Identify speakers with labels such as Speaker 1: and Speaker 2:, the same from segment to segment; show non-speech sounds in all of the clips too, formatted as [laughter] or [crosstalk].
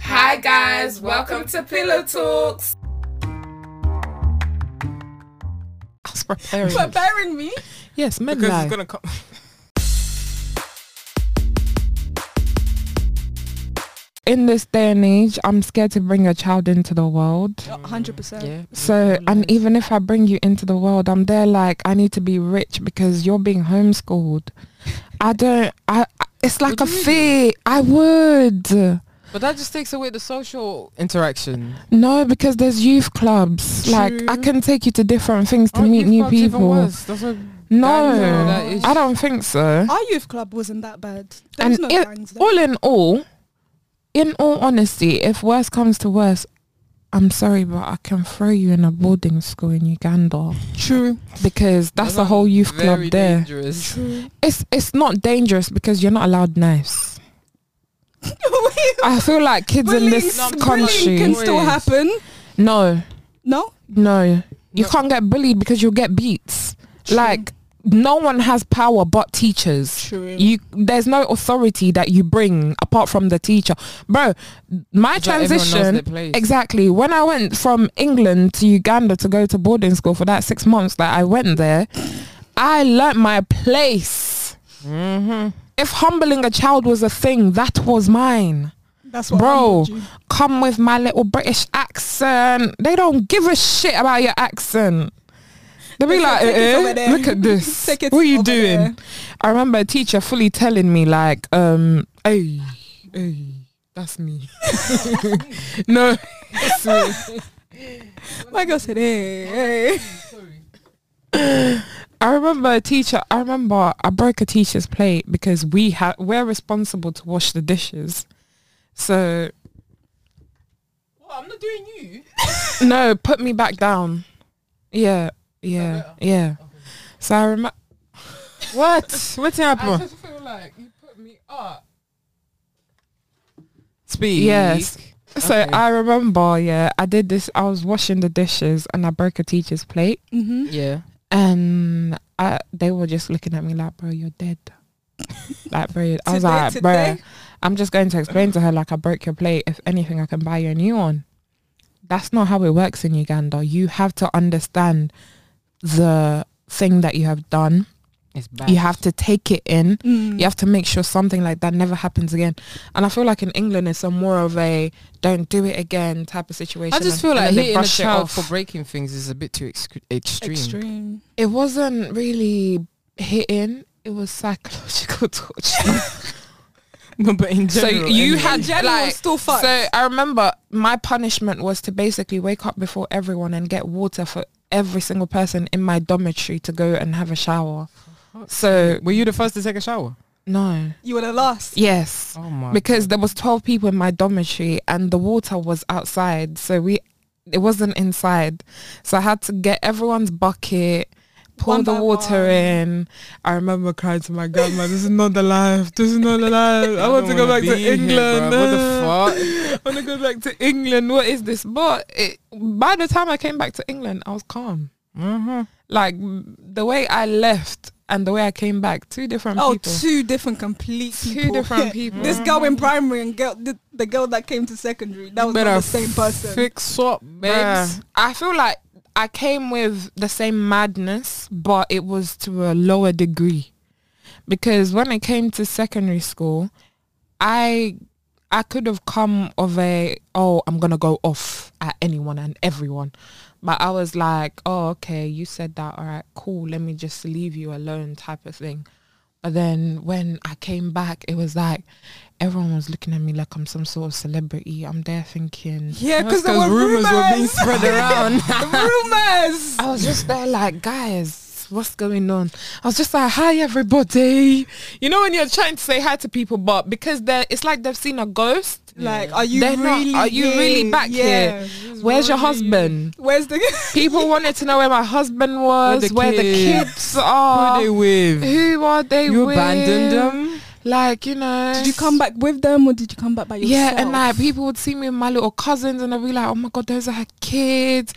Speaker 1: Hi guys, welcome to Pillow Talks.
Speaker 2: That's barbarian.
Speaker 1: Preparing me?
Speaker 2: yes, men
Speaker 3: Because
Speaker 2: lie.
Speaker 3: it's gonna come.
Speaker 2: In this day and age, I'm scared to bring a child into the world.
Speaker 4: Hundred percent.
Speaker 3: Yeah.
Speaker 2: So, and even if I bring you into the world, I'm there like I need to be rich because you're being homeschooled. I don't. I. I- It's like
Speaker 3: Would
Speaker 2: a
Speaker 3: you really?
Speaker 2: fear. I would
Speaker 3: But that just takes away the social interaction.
Speaker 2: no because there's youth clubs. Like I
Speaker 3: True.
Speaker 2: can take you to different things to
Speaker 3: Aren't
Speaker 2: meet
Speaker 3: youth
Speaker 2: new
Speaker 3: clubs even
Speaker 2: people.
Speaker 3: worse? That's what-
Speaker 2: No,
Speaker 3: Gangs and all that is-
Speaker 2: I don't think so.
Speaker 4: Our youth club wasn't that bad. There
Speaker 2: And
Speaker 4: was no
Speaker 2: it-
Speaker 4: gangs there.
Speaker 2: all in all, in all honesty, if worse comes to worse, I'm sorry, but I can throw you in a boarding school in Uganda
Speaker 4: True.
Speaker 2: because that's a
Speaker 3: That's
Speaker 2: whole youth
Speaker 3: very
Speaker 2: club there.
Speaker 3: dangerous.
Speaker 4: True.
Speaker 2: It's it's not dangerous because you're not allowed knives.
Speaker 4: [laughs]
Speaker 2: I feel like kids in this
Speaker 3: Bullying-
Speaker 2: country.
Speaker 4: bullying can still
Speaker 3: Boys.
Speaker 4: happen.
Speaker 2: no,
Speaker 4: No.
Speaker 2: no, you
Speaker 3: No.
Speaker 2: can't get bullied because you'll get beats. Like no one has power but teachers.
Speaker 4: True.
Speaker 2: you there's no authority that you bring apart from the teacher bro my
Speaker 3: It's like everyone knows
Speaker 2: transition
Speaker 3: their place.
Speaker 2: exactly when i went from england to uganda to go to boarding school for that six months that i went there i learnt my place
Speaker 3: Mm-hmm.
Speaker 2: if humbling a child was a thing that was mine
Speaker 4: That's what
Speaker 2: Bro.
Speaker 4: humbled you.
Speaker 2: come with my little british accent they don't give a shit about your accent They'll be
Speaker 4: They say,
Speaker 2: like,
Speaker 4: "Take it
Speaker 2: eh,
Speaker 4: over there."
Speaker 2: look
Speaker 4: [laughs]
Speaker 2: at this.
Speaker 4: Take it
Speaker 2: what are you
Speaker 4: over
Speaker 2: doing?
Speaker 4: there.
Speaker 2: I remember a teacher fully telling me like, um, hey, hey, that's me. [laughs] no, it's
Speaker 4: [laughs]
Speaker 2: me.
Speaker 4: Like I said, hey, hey.
Speaker 2: [laughs] I remember a teacher, I remember I broke a teacher's plate because we had, we're responsible to wash the dishes. So
Speaker 3: Well, I'm not doing you.
Speaker 2: no, put me back down. Yeah, yeah, yeah. So I remember, what? What's
Speaker 3: I
Speaker 2: happening?
Speaker 3: just feel like you put me up. Speak.
Speaker 2: Yes. So
Speaker 3: Okay.
Speaker 2: I remember, yeah, I did this, I was washing the dishes and I broke a teacher's plate.
Speaker 4: Mm-hmm.
Speaker 3: Yeah.
Speaker 2: and I, they were just looking at me like, bro, you're dead. like, bro, I was
Speaker 4: Today-
Speaker 2: like, bro,
Speaker 4: today?
Speaker 2: I'm just going to explain to her like I broke your plate. If anything, I can buy you a new one. That's not how it works in Uganda. You have to understand the thing that you have done.
Speaker 3: It's bad.
Speaker 2: You have to take it in.
Speaker 4: Mm.
Speaker 2: You have to make sure something like that never happens again. And I feel like in England, it's a more of a don't do it again type of situation.
Speaker 3: I
Speaker 2: and-
Speaker 3: just feel
Speaker 2: and
Speaker 3: like
Speaker 2: then they
Speaker 3: hitting a
Speaker 2: brush it
Speaker 3: child
Speaker 2: off.
Speaker 3: for breaking things is a bit too excre- extreme.
Speaker 4: Extreme.
Speaker 2: it wasn't really hitting. It was psychological [laughs] torture.
Speaker 3: [laughs] No, but in
Speaker 2: so
Speaker 3: general.
Speaker 2: you
Speaker 3: anyway.
Speaker 2: had
Speaker 4: General
Speaker 2: like.
Speaker 4: still fucked.
Speaker 2: So I remember my punishment was to basically wake up before everyone and get water for every single person in my dormitory to go and have a shower. So
Speaker 3: Were you the first to take a shower?
Speaker 2: no,
Speaker 4: you were the last.
Speaker 2: yes,
Speaker 3: Oh my.
Speaker 2: because there was twelve people in my dormitory and the water was outside, so we it wasn't inside. So I had to get everyone's bucket. Pour
Speaker 4: One
Speaker 2: the
Speaker 4: by
Speaker 2: water
Speaker 4: one.
Speaker 2: in. I remember crying to my grandma, this is not the life. This is not the life.
Speaker 3: [laughs]
Speaker 2: I, want to
Speaker 3: don't
Speaker 2: go
Speaker 3: wanna
Speaker 2: back to
Speaker 3: be here,
Speaker 2: England.
Speaker 3: bruh. What the
Speaker 2: [laughs]
Speaker 3: fuck?
Speaker 2: I want to go back to England. What is this? But it, by the time I came back to England, I was calm.
Speaker 3: Mhm.
Speaker 2: Like the way I left and the way I came back, two different
Speaker 4: Oh,
Speaker 2: people.
Speaker 4: two different complete
Speaker 2: Two
Speaker 4: people.
Speaker 2: different
Speaker 4: [laughs] Yeah.
Speaker 2: people.
Speaker 4: This girl in primary and girl, the, the girl that came to secondary. That was not
Speaker 3: Better
Speaker 4: the same person.
Speaker 3: Fix up, babes.
Speaker 2: Bruh, I feel like I came with the same madness, but it was to a lower degree. Because when I came to secondary school, I I could have come of a oh I'm gonna go off at anyone and everyone, but I was like oh okay you said that all right cool let me just leave you alone type of thing. But then when I came back, it was like everyone was looking at me like I'm some sort of celebrity. I'm there thinking
Speaker 4: Yeah, because there were
Speaker 3: Because rumors were being
Speaker 4: rumors.
Speaker 2: [laughs]
Speaker 3: spread around.
Speaker 4: rumors.
Speaker 2: I was just there like, guys, what's going on? I was just like, hi everybody. You know when you're trying to say hi to people, but because they're, it's like they've seen a ghost.
Speaker 4: Like, are you
Speaker 2: They're not-
Speaker 4: really?
Speaker 2: are you really
Speaker 4: here?
Speaker 2: back
Speaker 4: yeah.
Speaker 2: here? Where's your husband?
Speaker 4: Where's the? [laughs]
Speaker 2: People wanted to know where my husband was,
Speaker 3: the
Speaker 2: where the
Speaker 3: kids.
Speaker 2: kids are,
Speaker 3: Who they with?
Speaker 2: who are they
Speaker 3: You
Speaker 2: with?
Speaker 3: abandoned them.
Speaker 2: Like, you know.
Speaker 4: did you come back with them or did you come back by yourself?
Speaker 2: Yeah, and like people would see me with my little cousins and they'd be like, oh my God, those are her kids.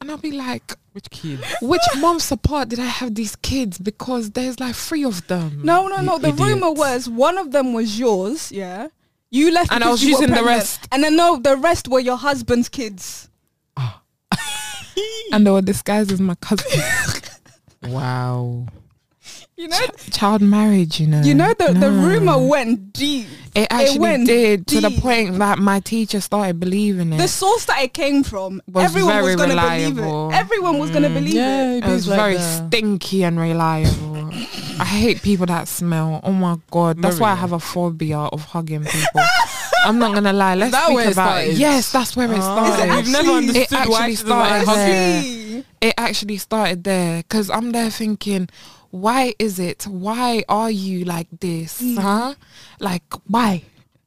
Speaker 2: And I'd be like,
Speaker 3: Which kid?
Speaker 2: which months apart did I have these kids? Because there's like three of them.
Speaker 4: No, no, no.
Speaker 3: You
Speaker 4: The rumor
Speaker 3: idiots.
Speaker 4: was one of them was yours. Yeah, You left
Speaker 2: And I
Speaker 4: because
Speaker 2: was
Speaker 4: you were
Speaker 2: using the
Speaker 4: pregnant.
Speaker 2: rest.
Speaker 4: And then no, the rest were your husband's kids.
Speaker 2: Ah. and they were disguised as my cousin.
Speaker 3: Wow.
Speaker 4: [laughs]
Speaker 2: [laughs]
Speaker 4: You know,
Speaker 2: Child marriage, you know.
Speaker 4: you know the the
Speaker 2: No.
Speaker 4: rumor went deep.
Speaker 2: It actually
Speaker 4: went
Speaker 2: did to the
Speaker 4: deep.
Speaker 2: point that my teacher started believing it.
Speaker 4: The source that it came from,
Speaker 2: Was
Speaker 4: everyone
Speaker 2: very
Speaker 4: was going to believe
Speaker 2: reliable. Mm,
Speaker 4: it. Everyone was going to believe it.
Speaker 2: it was very stinky and reliable. I hate people that smell. Oh my god, that's why I
Speaker 3: Maria.
Speaker 2: have a phobia of hugging people. I'm not gonna lie. Let's
Speaker 3: that
Speaker 2: think
Speaker 3: where it
Speaker 2: about
Speaker 3: started?
Speaker 2: Yes, that's
Speaker 4: Ah.
Speaker 2: where it
Speaker 3: Oh,
Speaker 2: started.
Speaker 3: you've never
Speaker 4: actually-
Speaker 3: understood
Speaker 2: It
Speaker 3: why
Speaker 2: actually
Speaker 3: she doesn't like
Speaker 2: started
Speaker 3: hugs.
Speaker 2: there.
Speaker 4: See?
Speaker 2: It actually started there because I'm there thinking, why is it? Why are you like this?
Speaker 4: Mm.
Speaker 2: Huh? Like why?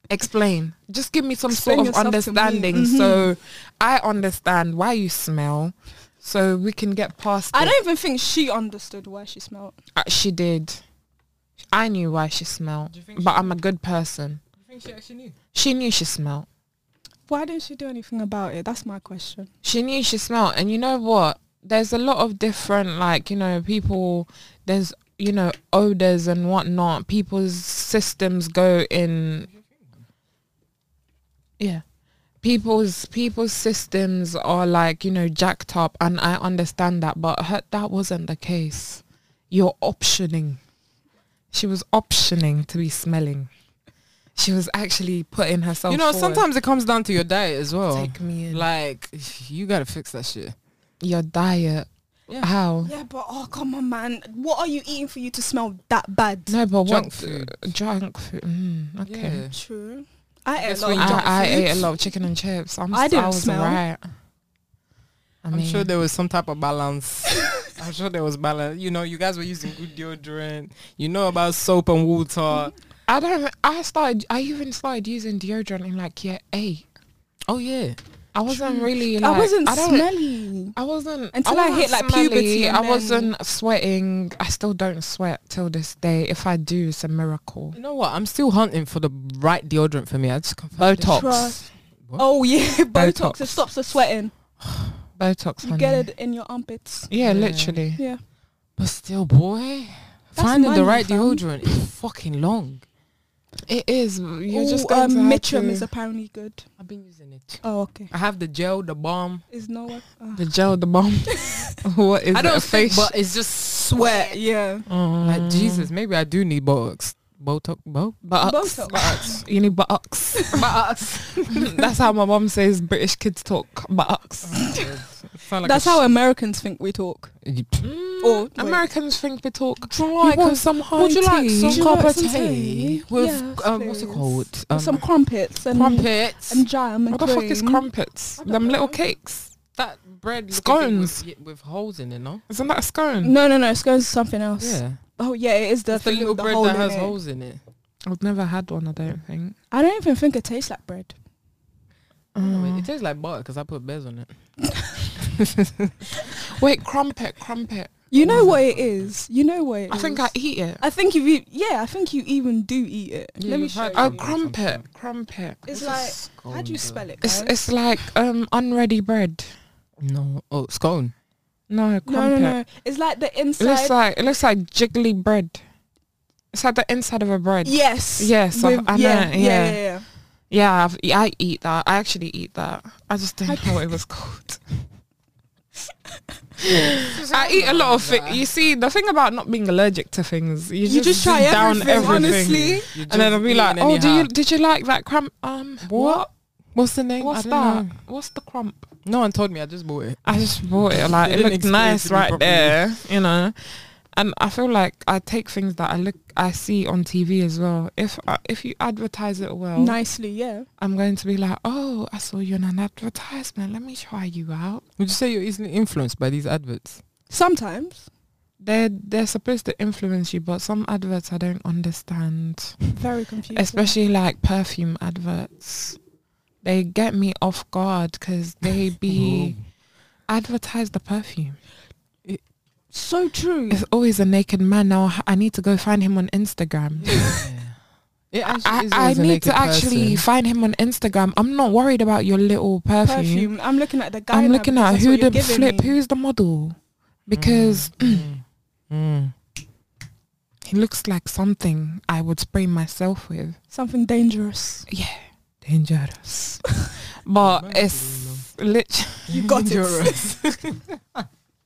Speaker 2: Explain. Just give me some
Speaker 4: Explain
Speaker 2: sort of
Speaker 4: yourself to me. Mm-hmm.
Speaker 2: understanding so I understand why you smell, so we can get past.
Speaker 4: I
Speaker 2: it.
Speaker 4: don't even think she understood why she smelled.
Speaker 2: Uh, she did. I knew why she smelled,
Speaker 3: Do you think
Speaker 2: but
Speaker 3: she
Speaker 2: I'm a good person.
Speaker 3: I think she actually knew.
Speaker 2: She knew she smelled.
Speaker 4: Why didn't she do anything about it? That's my question.
Speaker 2: She knew she smelled, and you know what? There's a lot of different, like you know, people. There's you know odors and whatnot. People's systems go in. Yeah, people's people's systems are like you know jacked up, and I understand that, but her, that wasn't the case. You're optioning. She was optioning to be smelling. She was actually putting herself.
Speaker 3: You know,
Speaker 2: forward.
Speaker 3: sometimes it comes down to your diet as well.
Speaker 2: take me in.
Speaker 3: like you gotta fix that shit.
Speaker 2: your diet.
Speaker 3: Yeah.
Speaker 2: How?
Speaker 4: Yeah, but oh come on, man! What are you eating for you to smell that bad?
Speaker 2: No, but
Speaker 3: Junk
Speaker 2: what
Speaker 3: food.
Speaker 2: Junk food. Mm, okay.
Speaker 3: Yeah.
Speaker 4: True. I ate
Speaker 3: That's
Speaker 4: a lot.
Speaker 3: when
Speaker 4: Of
Speaker 3: you-
Speaker 4: junk
Speaker 2: I, I
Speaker 4: food.
Speaker 2: ate a lot of chicken and chips. I'm,
Speaker 4: I
Speaker 2: s-
Speaker 4: didn't
Speaker 2: was
Speaker 4: smell.
Speaker 2: Right. I
Speaker 3: I'm
Speaker 2: mean,
Speaker 3: sure there was some type of [laughs] balance. I'm sure there was balance. You know, you guys were using good deodorant. You know about soap and water.
Speaker 2: I don't. I started. I even started using deodorant in like year eight.
Speaker 3: Oh yeah.
Speaker 2: I wasn't
Speaker 4: True.
Speaker 2: really. Like,
Speaker 4: I wasn't
Speaker 2: don't-
Speaker 4: smelly.
Speaker 2: I wasn't
Speaker 4: Until I
Speaker 2: wasn't
Speaker 4: hit, like, puberty
Speaker 2: smelly,
Speaker 4: and
Speaker 2: I
Speaker 4: then-
Speaker 2: wasn't sweating. I still don't sweat till this day. If I do, it's a miracle.
Speaker 3: You know what? I'm still hunting for the right deodorant for me. I just can't find it.
Speaker 2: Botox.
Speaker 4: Trust. Oh yeah, [laughs] Botox.
Speaker 3: Botox.
Speaker 4: It stops the sweating.
Speaker 2: Botox.
Speaker 4: You
Speaker 2: honey.
Speaker 4: get it in your armpits.
Speaker 2: Yeah,
Speaker 3: Yeah.
Speaker 2: literally.
Speaker 4: Yeah.
Speaker 3: But still, boy, finding the
Speaker 4: money,
Speaker 3: right
Speaker 4: fam.
Speaker 3: deodorant is fucking long.
Speaker 2: It is. You're
Speaker 4: Oh,
Speaker 2: just going
Speaker 4: um,
Speaker 2: to have
Speaker 4: Mitchum
Speaker 2: to-
Speaker 4: is apparently good.
Speaker 3: I've been using it.
Speaker 4: Oh okay.
Speaker 3: I have the gel, the balm.
Speaker 4: Is Ah. no one.
Speaker 2: The gel, the bomb. [laughs] what is
Speaker 3: I don't
Speaker 2: it? A
Speaker 3: think,
Speaker 2: face.
Speaker 3: but it's just sweat.
Speaker 4: [laughs] Yeah.
Speaker 3: Like Jesus, maybe I do need Botox. Botox, bo.
Speaker 2: buttocks.
Speaker 4: Botox.
Speaker 2: buttocks. You need buttocks. [laughs]
Speaker 3: [laughs] [laughs] Botox.
Speaker 2: That's how my mom says British kids talk. Buttocks.
Speaker 3: Oh,
Speaker 4: That's how Americans think we talk. Or wait.
Speaker 2: Americans think we talk.
Speaker 3: Do you
Speaker 2: You
Speaker 3: like,
Speaker 2: want some high
Speaker 3: would you like
Speaker 2: tea?
Speaker 3: some
Speaker 2: Do you
Speaker 3: cup
Speaker 2: like
Speaker 3: of
Speaker 2: some
Speaker 3: tea with
Speaker 4: Yes,
Speaker 3: um, what's it
Speaker 4: please.
Speaker 3: called?
Speaker 4: Or
Speaker 3: Um,
Speaker 4: some crumpets and
Speaker 3: crumpets.
Speaker 4: and jam and
Speaker 2: What the fuck is
Speaker 4: cream.
Speaker 2: crumpets?
Speaker 4: don't
Speaker 2: Them
Speaker 4: know.
Speaker 2: little cakes.
Speaker 3: that bread
Speaker 2: looking thing
Speaker 3: scones with, with holes in it, no?
Speaker 2: Isn't that a scone?
Speaker 4: No, no, no. It's going to something else.
Speaker 3: Yeah,
Speaker 4: Oh yeah, it is the,
Speaker 3: that's the
Speaker 4: thing
Speaker 3: little
Speaker 4: with the
Speaker 3: bread
Speaker 4: hole
Speaker 3: that
Speaker 4: in
Speaker 3: has
Speaker 4: it.
Speaker 3: holes in it.
Speaker 2: I've never had one. I don't think.
Speaker 4: I don't even think it tastes like bread.
Speaker 3: No, it-
Speaker 2: Mm.
Speaker 3: it tastes like butter because I put bears on it.
Speaker 2: Wait, crumpet, crumpet.
Speaker 4: You know what it is. You know what it is.
Speaker 2: I think I eat it.
Speaker 4: I think if you, yeah, I think you even do eat it.
Speaker 3: Yeah,
Speaker 4: Let me
Speaker 3: you've
Speaker 4: show
Speaker 3: had
Speaker 4: you.
Speaker 2: Oh,
Speaker 3: it.
Speaker 2: crumpet, crumpet.
Speaker 4: It's
Speaker 3: What's a
Speaker 4: like, how do you
Speaker 3: scone,
Speaker 4: spell it?
Speaker 2: It's
Speaker 4: guys?
Speaker 2: it's like um unready bread.
Speaker 3: No, oh scone.
Speaker 2: No, crumpet.
Speaker 4: no, no, no. It's like the
Speaker 2: It looks
Speaker 4: inside.
Speaker 2: like it looks like jiggly bread. It's like the inside of a bread. Yeah,
Speaker 4: yes.
Speaker 2: Yes, I- I know,
Speaker 4: yeah,
Speaker 2: yeah.
Speaker 4: yeah, yeah,
Speaker 2: I've, e, I eat that. I actually eat that. I just don't know what it was called. I eat a lot of things. You see, the thing about not being allergic to things, you,
Speaker 4: You just try
Speaker 2: down
Speaker 4: everything, honestly.
Speaker 3: You
Speaker 2: And then
Speaker 3: just
Speaker 2: I'll be
Speaker 3: eat
Speaker 2: like,
Speaker 3: it
Speaker 2: "Oh, do
Speaker 3: anyhow.
Speaker 2: you did you like that crump? Um, what?
Speaker 3: What? What's the name?
Speaker 2: What's
Speaker 3: I
Speaker 2: that?
Speaker 3: don't know.
Speaker 2: What's the crump?
Speaker 3: No one told me. I just bought it.
Speaker 2: I just bought it. Like
Speaker 3: They
Speaker 2: it
Speaker 3: didn't
Speaker 2: looked
Speaker 3: explain it
Speaker 2: nice
Speaker 3: to me
Speaker 2: right
Speaker 3: properly.
Speaker 2: there, you know. And I feel like I take things that I look, I see on TV as well. If I, if you advertise it well,
Speaker 4: Nicely, yeah.
Speaker 2: I'm going to be like, oh, I saw you in an advertisement. Let me try you out.
Speaker 3: [laughs] Would you say you're easily influenced by these adverts?
Speaker 4: Sometimes,
Speaker 2: They're they're supposed to influence you, but some adverts I don't understand,
Speaker 4: very confusing.
Speaker 2: especially like perfume adverts. They get me off guard because
Speaker 4: [laughs]
Speaker 2: they be
Speaker 4: Oh.
Speaker 2: advertise the perfume.
Speaker 4: so true.
Speaker 2: It's always a naked man. Now I need to go find him on Instagram.
Speaker 4: [laughs]
Speaker 3: [laughs] It actually
Speaker 2: I,
Speaker 3: is
Speaker 2: I
Speaker 3: always a
Speaker 2: need to
Speaker 3: naked
Speaker 2: actually
Speaker 3: person.
Speaker 2: find him on Instagram. I'm not worried about your little perfume.
Speaker 4: Perfume. I'm looking at the guy.
Speaker 2: I'm
Speaker 4: now
Speaker 2: looking
Speaker 4: because
Speaker 2: at
Speaker 4: that's
Speaker 2: who
Speaker 4: what you're
Speaker 2: the
Speaker 4: giving Mm.
Speaker 2: flip, [clears throat]
Speaker 3: [clears throat]
Speaker 4: me.
Speaker 2: who's the model, because
Speaker 3: Mm, mm.
Speaker 2: It looks like something I would spray myself with.
Speaker 4: Something dangerous.
Speaker 2: Dangerous. [laughs] but
Speaker 3: Imagine,
Speaker 2: it's lit-
Speaker 4: You got it.
Speaker 3: [laughs]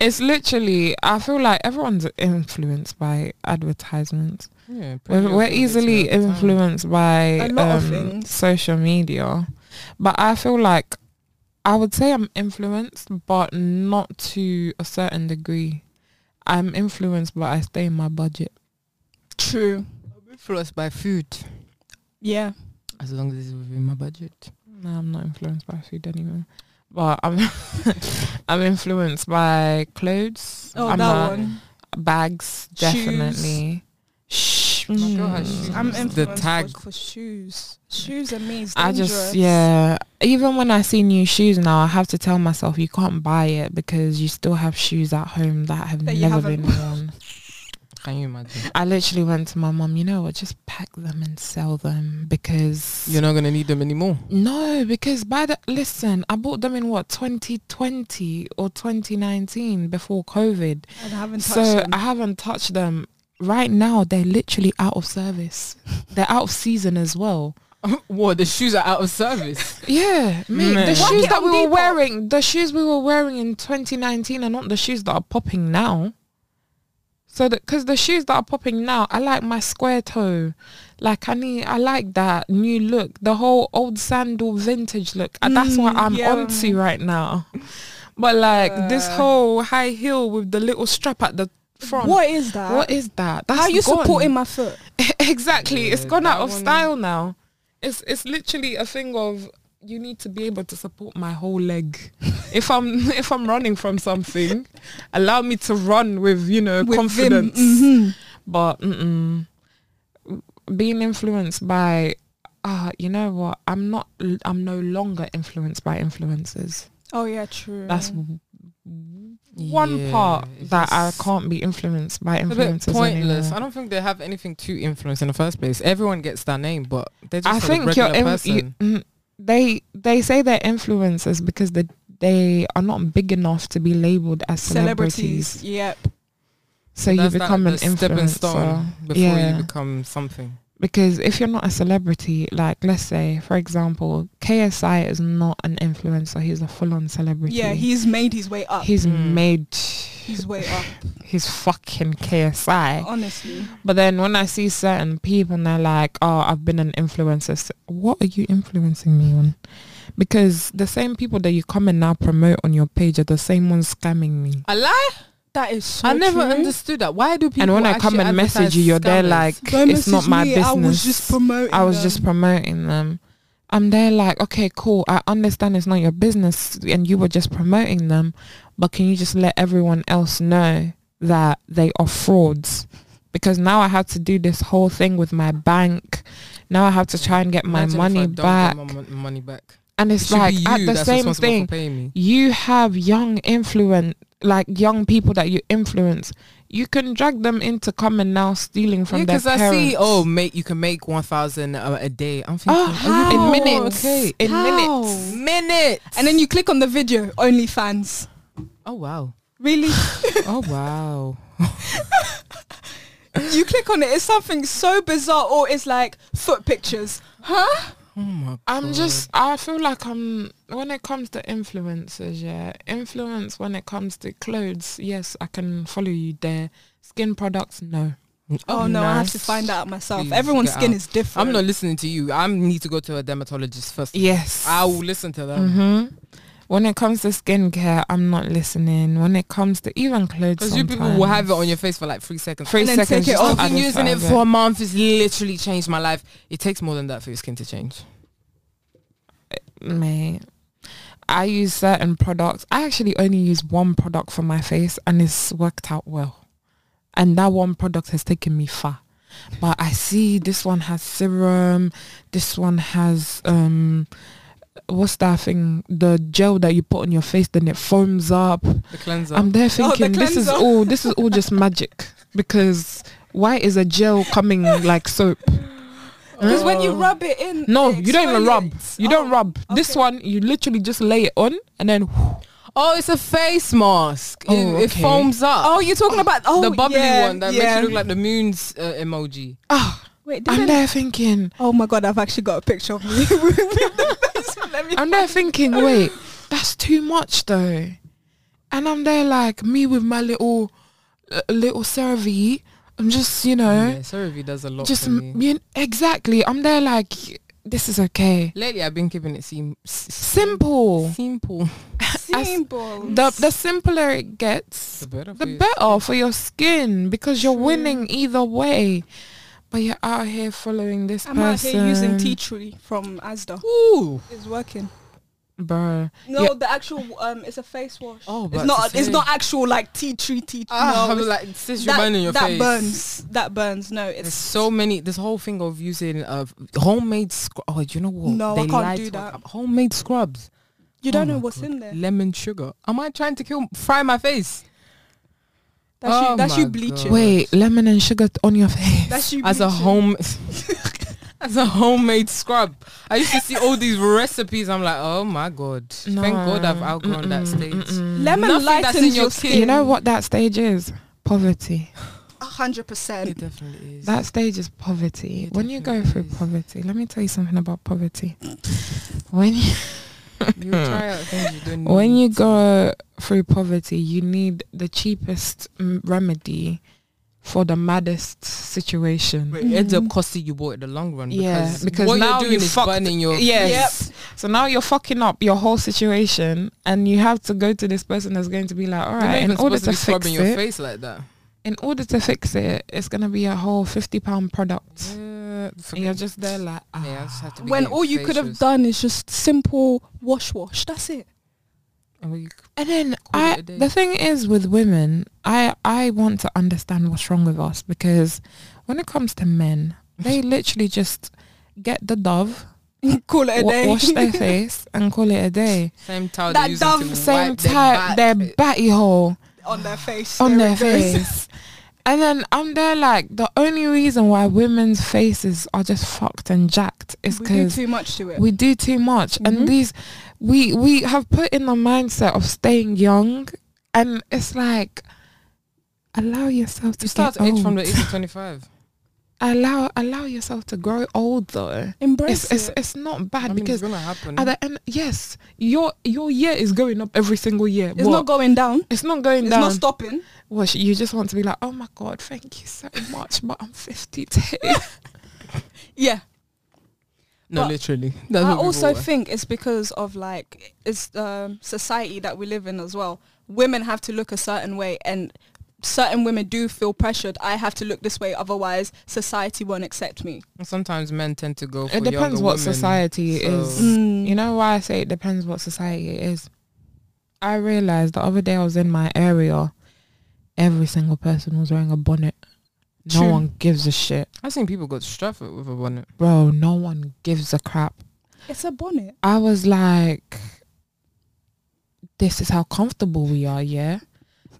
Speaker 2: it's literally I feel like everyone's influenced by advertisements.
Speaker 3: Yeah, Mm.
Speaker 2: We're,
Speaker 3: pretty
Speaker 2: we're
Speaker 3: often it's
Speaker 2: easily
Speaker 3: not the time.
Speaker 2: influenced by
Speaker 4: A lot of
Speaker 2: um,
Speaker 4: things.
Speaker 2: social media, but I feel like I would say I'm influenced, but not to a certain degree. I'm influenced, but I stay in my budget.
Speaker 4: True.
Speaker 3: I'm influenced by food
Speaker 4: Yeah.
Speaker 3: as long as it's within my budget.
Speaker 2: No, I'm not influenced by food anymore. But I'm [laughs] I'm influenced by clothes,
Speaker 4: Oh,
Speaker 2: I'm
Speaker 4: that
Speaker 2: a-
Speaker 4: one.
Speaker 2: bags, definitely. Shh.
Speaker 3: My girl has shoes.
Speaker 4: Oh I'm
Speaker 3: The
Speaker 4: influenced for-
Speaker 3: tag.
Speaker 4: for, shoes. Shoes and me. is
Speaker 2: I
Speaker 4: dangerous.
Speaker 2: just yeah. Even when I see new shoes now, I have to tell myself you can't buy it because you still have shoes at home that have
Speaker 4: That you
Speaker 2: never
Speaker 4: haven't-
Speaker 2: been worn.
Speaker 3: Can you imagine?
Speaker 2: I literally went to my mum. You know what? Just pack them and sell them because
Speaker 3: You're not gonna need them [laughs] anymore.
Speaker 2: no, because by the listen, I bought them in what 2020 or 2019 before COVID.
Speaker 4: And I haven't touched
Speaker 2: So
Speaker 4: them.
Speaker 2: I haven't touched them. Right now, they're literally out of
Speaker 4: [laughs]
Speaker 2: service. They're out of season as well.
Speaker 3: what? The shoes are out of service.
Speaker 2: Yeah, mate. The
Speaker 3: Man. Work
Speaker 2: shoes
Speaker 4: it
Speaker 2: that
Speaker 4: on
Speaker 2: we were
Speaker 4: people.
Speaker 2: wearing, the shoes we were wearing in 2019 are not the shoes that are popping now. So that because the shoes that are popping now, I like my square toe. Like I need, I like that new look, the whole old sandal vintage look. And that's what
Speaker 4: Mm,
Speaker 2: I'm
Speaker 4: yeah.
Speaker 2: onto right now. But like this
Speaker 4: Uh.
Speaker 2: whole high heel with the little strap at the front.
Speaker 4: what is that?
Speaker 2: What is that? That's
Speaker 4: How are you
Speaker 2: gone.
Speaker 4: supporting my foot?
Speaker 2: [laughs] exactly. it's
Speaker 3: Yeah,
Speaker 2: gone out
Speaker 3: that
Speaker 2: of
Speaker 3: one-
Speaker 2: style now. It's it's literally a thing of you need to be able to support my whole leg.
Speaker 3: [laughs]
Speaker 2: if I'm if I'm running from something, allow me to run with you know confidence.
Speaker 3: Mm-hmm.
Speaker 4: Mhm.
Speaker 2: But mm-mm. being influenced by, uh, you know what? I'm not. I'm no longer influenced by influencers.
Speaker 4: Oh yeah, true.
Speaker 2: That's one part that I can't be influenced by
Speaker 3: Mm. A bit
Speaker 2: influencers
Speaker 3: pointless.
Speaker 2: anymore.
Speaker 3: I don't think they have anything to influence in the first place. Everyone gets their name, but they're just
Speaker 2: I
Speaker 3: a
Speaker 2: think you're
Speaker 3: regular
Speaker 2: in,
Speaker 3: person.
Speaker 2: you, mm, they they say they're influencers because they they are not big enough to be labeled as celebrities.
Speaker 4: celebrities. Yep.
Speaker 2: So you
Speaker 3: That's like
Speaker 2: become
Speaker 3: the
Speaker 2: an
Speaker 3: stepping
Speaker 2: influencer
Speaker 3: stone before
Speaker 2: Yeah.
Speaker 3: you become something.
Speaker 2: because if you're not a celebrity, like let's say for example, KSI is not an influencer; he's a full-on celebrity.
Speaker 4: Yeah, he's made his way up.
Speaker 2: he's
Speaker 3: Mm.
Speaker 2: made
Speaker 4: His way
Speaker 2: [laughs]
Speaker 4: up.
Speaker 2: his fucking KSI.
Speaker 4: Honestly.
Speaker 2: But then when I see certain people and they're like, oh, I've been an influencer. s- What are you influencing me on? Because the same people that you come and now promote on your page are the same ones scamming me.
Speaker 3: A lie?
Speaker 4: That is so
Speaker 3: I never
Speaker 4: true.
Speaker 3: understood that. Why do people?
Speaker 2: and when I come
Speaker 3: actually
Speaker 2: and message
Speaker 3: advertise
Speaker 2: you, you're there
Speaker 3: scammers?
Speaker 2: like,
Speaker 4: Don't
Speaker 2: it's not
Speaker 4: message
Speaker 2: my
Speaker 4: me,
Speaker 2: business.
Speaker 4: I was just promoting.
Speaker 2: I was
Speaker 4: them.
Speaker 2: just promoting them. I'm there like, okay, cool. I understand it's not your business and you were just promoting them, but can you just let everyone else know that they are frauds? Because now I have to do this whole thing with my bank. Now I have to try and get my
Speaker 3: Imagine if I
Speaker 2: money
Speaker 3: don't get
Speaker 2: back.
Speaker 3: My mon- money back.
Speaker 2: And it's
Speaker 3: It should
Speaker 2: like
Speaker 3: be
Speaker 2: at
Speaker 3: you
Speaker 2: the
Speaker 3: that's
Speaker 2: same
Speaker 3: responsible for
Speaker 2: thing,
Speaker 3: paying me.
Speaker 2: you have young influence, like young people that you influence. You can drag them into coming now stealing from
Speaker 3: yeah,
Speaker 2: their
Speaker 3: because
Speaker 2: parents.
Speaker 3: I see.
Speaker 2: [laughs]
Speaker 3: Oh, make you can make one thousand uh, a day. I'm thinking.
Speaker 2: Oh,
Speaker 3: are you
Speaker 2: how?
Speaker 3: in
Speaker 2: In
Speaker 3: minutes?
Speaker 2: minutes.
Speaker 3: Okay.
Speaker 2: In
Speaker 4: How?
Speaker 2: minutes.
Speaker 3: Minutes.
Speaker 4: And then you click on the video, OnlyFans.
Speaker 3: Oh wow.
Speaker 4: Really?
Speaker 3: Oh wow.
Speaker 4: you click on it, it's something so bizarre, or it's like foot pictures. Huh?
Speaker 3: Oh my.
Speaker 2: I'm
Speaker 3: God.
Speaker 2: just I feel like I'm when it comes to influencers, yeah. Influence when it comes to clothes, yes, I can follow you there. Skin products, no.
Speaker 4: Oh no, I have to
Speaker 2: Nice.
Speaker 4: find out myself.
Speaker 3: Please
Speaker 4: Everyone's
Speaker 3: get
Speaker 4: skin
Speaker 3: out.
Speaker 4: is different.
Speaker 3: I'm not listening to you. I need to go to a dermatologist first.
Speaker 2: Yes.
Speaker 3: I will um, listen to them.
Speaker 2: hmm When it comes to skincare, I'm not listening. When it comes to even clothes,
Speaker 3: Because you people will have it on your face for like three seconds.
Speaker 2: three
Speaker 4: And then
Speaker 2: seconds.
Speaker 4: take it
Speaker 2: just
Speaker 4: off.
Speaker 2: to
Speaker 3: I've been using it
Speaker 2: advertise
Speaker 3: for a month. It's literally changed my life. It takes more than that for your skin to change.
Speaker 2: mate. I use certain products. I actually only use one product for my face and it's worked out well. And that one product has taken me far. But I see this one has serum, this one has um what's that thing? The gel that you put on your face then it foams up.
Speaker 3: The cleanser.
Speaker 2: I'm there
Speaker 4: Oh, the
Speaker 2: thinking this is
Speaker 4: cleanser.
Speaker 2: all this is all
Speaker 4: [laughs]
Speaker 2: just magic because why is a gel coming like soap?
Speaker 4: Because
Speaker 2: [gasps]
Speaker 4: when you rub it in,
Speaker 2: No,
Speaker 4: it
Speaker 2: you don't even rub.
Speaker 4: exfoliates.
Speaker 2: You don't
Speaker 4: Oh,
Speaker 2: rub. This
Speaker 4: okay.
Speaker 2: one, you literally just lay it on and then
Speaker 3: Oh, it's a face mask. It-
Speaker 2: Oh,
Speaker 3: it,
Speaker 2: okay.
Speaker 3: foams up.
Speaker 4: Oh, you're talking about oh,
Speaker 3: the bubbly
Speaker 4: yeah,
Speaker 3: one that
Speaker 4: yeah.
Speaker 3: makes you look like the moon's uh, emoji.
Speaker 2: Oh,
Speaker 4: Wait,
Speaker 2: I'm
Speaker 4: didn't-
Speaker 2: there thinking.
Speaker 4: oh my god, I've actually got a picture of me. [laughs]
Speaker 3: [laughs]
Speaker 4: with the face. Let me-
Speaker 2: I'm there
Speaker 4: [laughs]
Speaker 2: thinking. Wait, that's too much though. And I'm there like me with my little uh, little cervy. I'm just you know
Speaker 3: Yeah, Cerave does a lot
Speaker 2: just
Speaker 3: for me.
Speaker 2: m- you kn- exactly. I'm there like this is okay.
Speaker 3: Lately, I've been keeping it seem s-
Speaker 2: Simple.
Speaker 3: simple.
Speaker 4: Simple.
Speaker 2: The the simpler it gets,
Speaker 3: The better.
Speaker 2: the
Speaker 3: for you.
Speaker 2: better for your skin because you're
Speaker 4: True.
Speaker 2: winning either way. But you're out here following this
Speaker 4: I'm out
Speaker 2: person.
Speaker 4: here using tea tree from Asda.
Speaker 3: Ooh.
Speaker 4: It's working.
Speaker 2: bro.
Speaker 4: No,
Speaker 2: Yeah.
Speaker 4: the actual um, it's a face wash.
Speaker 3: Oh,
Speaker 4: it's
Speaker 3: but
Speaker 4: not.
Speaker 3: the
Speaker 4: It's
Speaker 3: same.
Speaker 4: not actual like tea tree tea.
Speaker 3: Ah,
Speaker 4: no,
Speaker 3: I'm
Speaker 4: it's-
Speaker 3: like since you're burning your
Speaker 4: that
Speaker 3: face.
Speaker 4: burns. That burns. No, it's
Speaker 3: There's so many. This whole thing of using uh, homemade scrub. Oh, you know what?
Speaker 4: No, I can't
Speaker 3: lied
Speaker 4: do
Speaker 3: to us.
Speaker 4: that.
Speaker 3: Homemade scrubs.
Speaker 4: you don't
Speaker 3: Oh
Speaker 4: know
Speaker 3: my
Speaker 4: what's
Speaker 3: God.
Speaker 4: in there.
Speaker 3: Lemon sugar. Am I trying to kill fry my face?
Speaker 4: That's
Speaker 3: Oh
Speaker 4: you. That's you
Speaker 3: my
Speaker 4: bleaching.
Speaker 3: God.
Speaker 2: Wait, lemon and sugar t- on your [laughs] face.
Speaker 4: That's you
Speaker 3: as a
Speaker 4: bleaching. [laughs]
Speaker 3: home [laughs] as a homemade scrub. I used to see all these recipes. I'm like, oh my god! Thank God I've
Speaker 2: No.
Speaker 3: outgrown that
Speaker 2: Mm-mm,
Speaker 3: stage.
Speaker 2: mm-mm.
Speaker 4: Lemon
Speaker 3: Nothing that's in
Speaker 4: lightens
Speaker 3: your
Speaker 4: your
Speaker 3: skin.
Speaker 4: skin.
Speaker 2: You know what that stage is? Poverty.
Speaker 4: A hundred percent.
Speaker 3: It definitely is.
Speaker 2: That stage is poverty.
Speaker 3: It
Speaker 2: when you go
Speaker 3: definitely
Speaker 2: through
Speaker 3: is.
Speaker 2: poverty, let me tell you something about poverty. When you,
Speaker 3: [laughs] you try out things you don't.
Speaker 2: when
Speaker 3: need.
Speaker 2: you go through poverty, you need the cheapest mm, remedy for the maddest situation.
Speaker 3: But it ends up
Speaker 4: Mhm.
Speaker 3: costing you more in the long run.
Speaker 2: Yeah,
Speaker 3: because,
Speaker 2: because
Speaker 3: what
Speaker 2: now
Speaker 3: you're doing
Speaker 2: you
Speaker 3: is
Speaker 2: fucked-
Speaker 3: burning your.
Speaker 2: Yes. So now you're fucking up your whole situation, and you have to go to this person that's going to be like, "All
Speaker 3: You're not
Speaker 2: right,
Speaker 3: even
Speaker 2: in order
Speaker 3: supposed
Speaker 2: to
Speaker 3: to be
Speaker 2: fix
Speaker 3: scrubbing your
Speaker 2: it,
Speaker 3: face like that.
Speaker 2: in order to fix it, it's gonna be a whole fifty pound product."
Speaker 3: Yeah,
Speaker 2: And you're just there like, ah.
Speaker 3: Yeah, I just have to be
Speaker 4: When
Speaker 3: getting
Speaker 4: all you could have
Speaker 3: facials.
Speaker 4: done is just simple wash wash. That's it. [laughs]
Speaker 2: oh,
Speaker 3: And we-
Speaker 2: And then
Speaker 3: Call it
Speaker 2: I,
Speaker 3: a day.
Speaker 2: the thing is with women, I I want to understand what's wrong with us because when it comes to men,
Speaker 3: [laughs]
Speaker 2: they literally just get the dove,
Speaker 4: Call it a
Speaker 2: wa-
Speaker 4: day.
Speaker 2: wash
Speaker 3: [laughs]
Speaker 2: their face, and call it a day.
Speaker 3: Same towel
Speaker 4: That
Speaker 3: they use to
Speaker 4: dumb
Speaker 2: Same
Speaker 3: wipe their
Speaker 2: type,
Speaker 3: back.
Speaker 2: their batty hole
Speaker 4: [laughs] on their face.
Speaker 2: on
Speaker 4: There
Speaker 2: their
Speaker 4: it goes. [laughs]
Speaker 2: face. And then I'm there like the only reason why women's faces are just fucked and jacked is
Speaker 4: We do
Speaker 2: because
Speaker 4: too much to it.
Speaker 2: we do too much
Speaker 4: Mhm.
Speaker 3: Mm-hmm.
Speaker 2: and these we we have put in the mindset of staying young and it's like allow yourself to
Speaker 3: You start
Speaker 2: get
Speaker 3: age from the
Speaker 2: old.
Speaker 3: age
Speaker 2: [laughs]
Speaker 3: of 25.
Speaker 2: allow allow yourself to grow old though
Speaker 4: Embrace
Speaker 2: it's, it's
Speaker 4: it.
Speaker 2: it's not bad
Speaker 3: I mean,
Speaker 2: because
Speaker 3: it's gonna happen.
Speaker 2: at the end yes your your year is going up every single year
Speaker 4: It's
Speaker 2: but
Speaker 4: not going down.
Speaker 2: it's not going
Speaker 4: It's
Speaker 2: down
Speaker 4: not stopping.
Speaker 2: well, sh- you just want to be like oh my god thank you so much but i'm 52
Speaker 4: Yeah.
Speaker 3: No,
Speaker 4: But
Speaker 3: literally. That's
Speaker 4: I
Speaker 3: what we
Speaker 4: also
Speaker 3: were.
Speaker 4: think it's because of like it's um, society that we live in as well. Women have to look a certain way, and certain women do feel pressured. I have to look this way, otherwise society won't accept me.
Speaker 3: sometimes men tend to go. For
Speaker 2: it depends
Speaker 3: younger
Speaker 2: what
Speaker 3: women,
Speaker 2: society
Speaker 3: so-
Speaker 2: is
Speaker 4: Mm.
Speaker 2: You know why I say it depends what society it is? I realized the other day I was in my area, every single person was wearing a bonnet. No
Speaker 4: True.
Speaker 2: one gives a shit.
Speaker 3: I've seen people go to Stratford with a bonnet.
Speaker 2: Bro, no one gives a crap.
Speaker 4: it's a bonnet.
Speaker 2: I was like, this is how comfortable we are, yeah?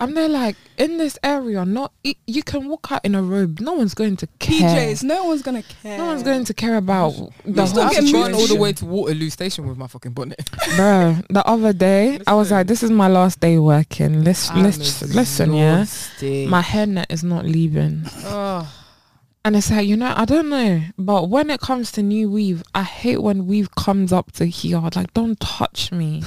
Speaker 2: I'm there like, in this area, not e- you can walk out in a robe. No one's going to care.
Speaker 4: PJs. No one's gonna care.
Speaker 2: No one's going to care about the
Speaker 3: I've
Speaker 4: still
Speaker 2: whole
Speaker 4: get moved
Speaker 3: gone all the
Speaker 2: situation.
Speaker 3: way to Waterloo Station with my fucking bonnet.
Speaker 2: [laughs] bro. The other day, I was like, "This is my last day working. Let's
Speaker 3: I'm
Speaker 2: let's just listen, yeah.
Speaker 3: exhausted. Oh,
Speaker 2: My hairnet is not leaving."
Speaker 3: Ugh.
Speaker 2: And it's like, you know, I don't know, but when it comes to new weave, I hate when weave comes up to here. Like, don't touch me.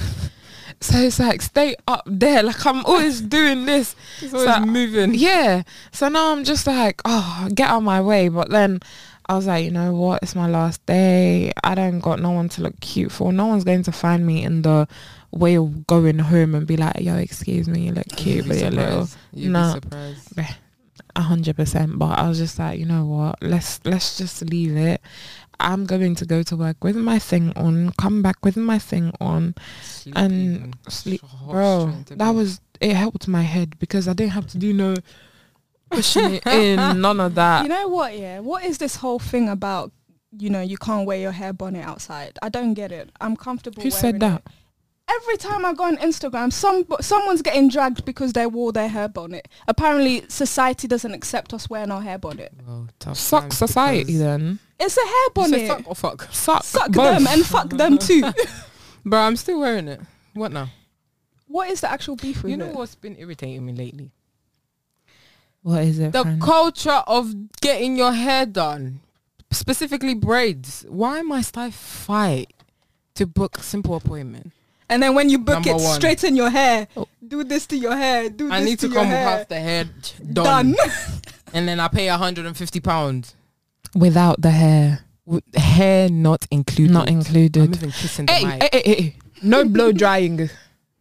Speaker 2: so it's like, stay up there. Like, I'm always doing this.
Speaker 3: it's always
Speaker 2: So-
Speaker 3: moving.
Speaker 2: Yeah. So now I'm just like, oh, get out of my way. But then I was like, you know what? It's my last day. I don't got no one to look cute for. No one's going to find me in the way of going home and be like, yo, excuse me, you look cute,
Speaker 3: You'd
Speaker 2: but
Speaker 3: be
Speaker 2: you're little.
Speaker 3: surprised. You'd
Speaker 2: Nah.
Speaker 3: be surprised.
Speaker 2: A hundred percent. But I was just like, you know what? Let's let's just leave it. I'm going to go to work with my thing on, come back with my thing on.
Speaker 3: Sleep
Speaker 2: And
Speaker 3: even.
Speaker 2: sleep-
Speaker 3: Hop
Speaker 2: Bro,
Speaker 3: straight into
Speaker 2: that
Speaker 3: bed.
Speaker 2: was it helped my head because I didn't have to do no pushing it in, none of that.
Speaker 3: Ah.
Speaker 4: [laughs] You know what? Yeah. What is this whole thing about? You know, you can't wear your hair bonnet outside. I don't get it. I'm comfortable.
Speaker 2: Who
Speaker 4: wearing
Speaker 2: said
Speaker 4: it.
Speaker 2: that?
Speaker 4: every time I go on Instagram, some someone's getting dragged because they wore their hair bonnet. Apparently, society doesn't accept us wearing our hair bonnet.
Speaker 3: Well, tough
Speaker 2: Suck
Speaker 3: times
Speaker 2: society
Speaker 3: because-
Speaker 2: then.
Speaker 4: It's a hair
Speaker 3: You said
Speaker 4: bonnet.
Speaker 3: suck or fuck?
Speaker 2: Suck,
Speaker 4: Suck
Speaker 2: both.
Speaker 3: [laughs]
Speaker 4: them and fuck them too.
Speaker 3: Bro, I'm still wearing it. What now?
Speaker 4: What is the actual beef with
Speaker 3: You know
Speaker 4: it?
Speaker 3: what's been irritating me lately?
Speaker 2: What is it?
Speaker 3: The
Speaker 2: Fran?
Speaker 3: culture of getting your hair done, specifically braids. Why must I fight to book simple appointment?
Speaker 4: And then when you book
Speaker 3: Number
Speaker 4: it,
Speaker 3: one.
Speaker 4: straighten your hair.
Speaker 2: Oh.
Speaker 4: Do this to your hair. Do
Speaker 3: I
Speaker 4: this
Speaker 3: need to
Speaker 4: your
Speaker 3: come with
Speaker 4: hair.
Speaker 3: half the hair done,
Speaker 4: Done.
Speaker 3: [laughs] and then I pay 150 pounds.
Speaker 2: Without the hair,
Speaker 3: Hair not included.
Speaker 2: not
Speaker 3: I'm
Speaker 2: included.
Speaker 3: even kissing the
Speaker 2: Hey,
Speaker 3: mic.
Speaker 2: hey, hey, hey. no blow drying.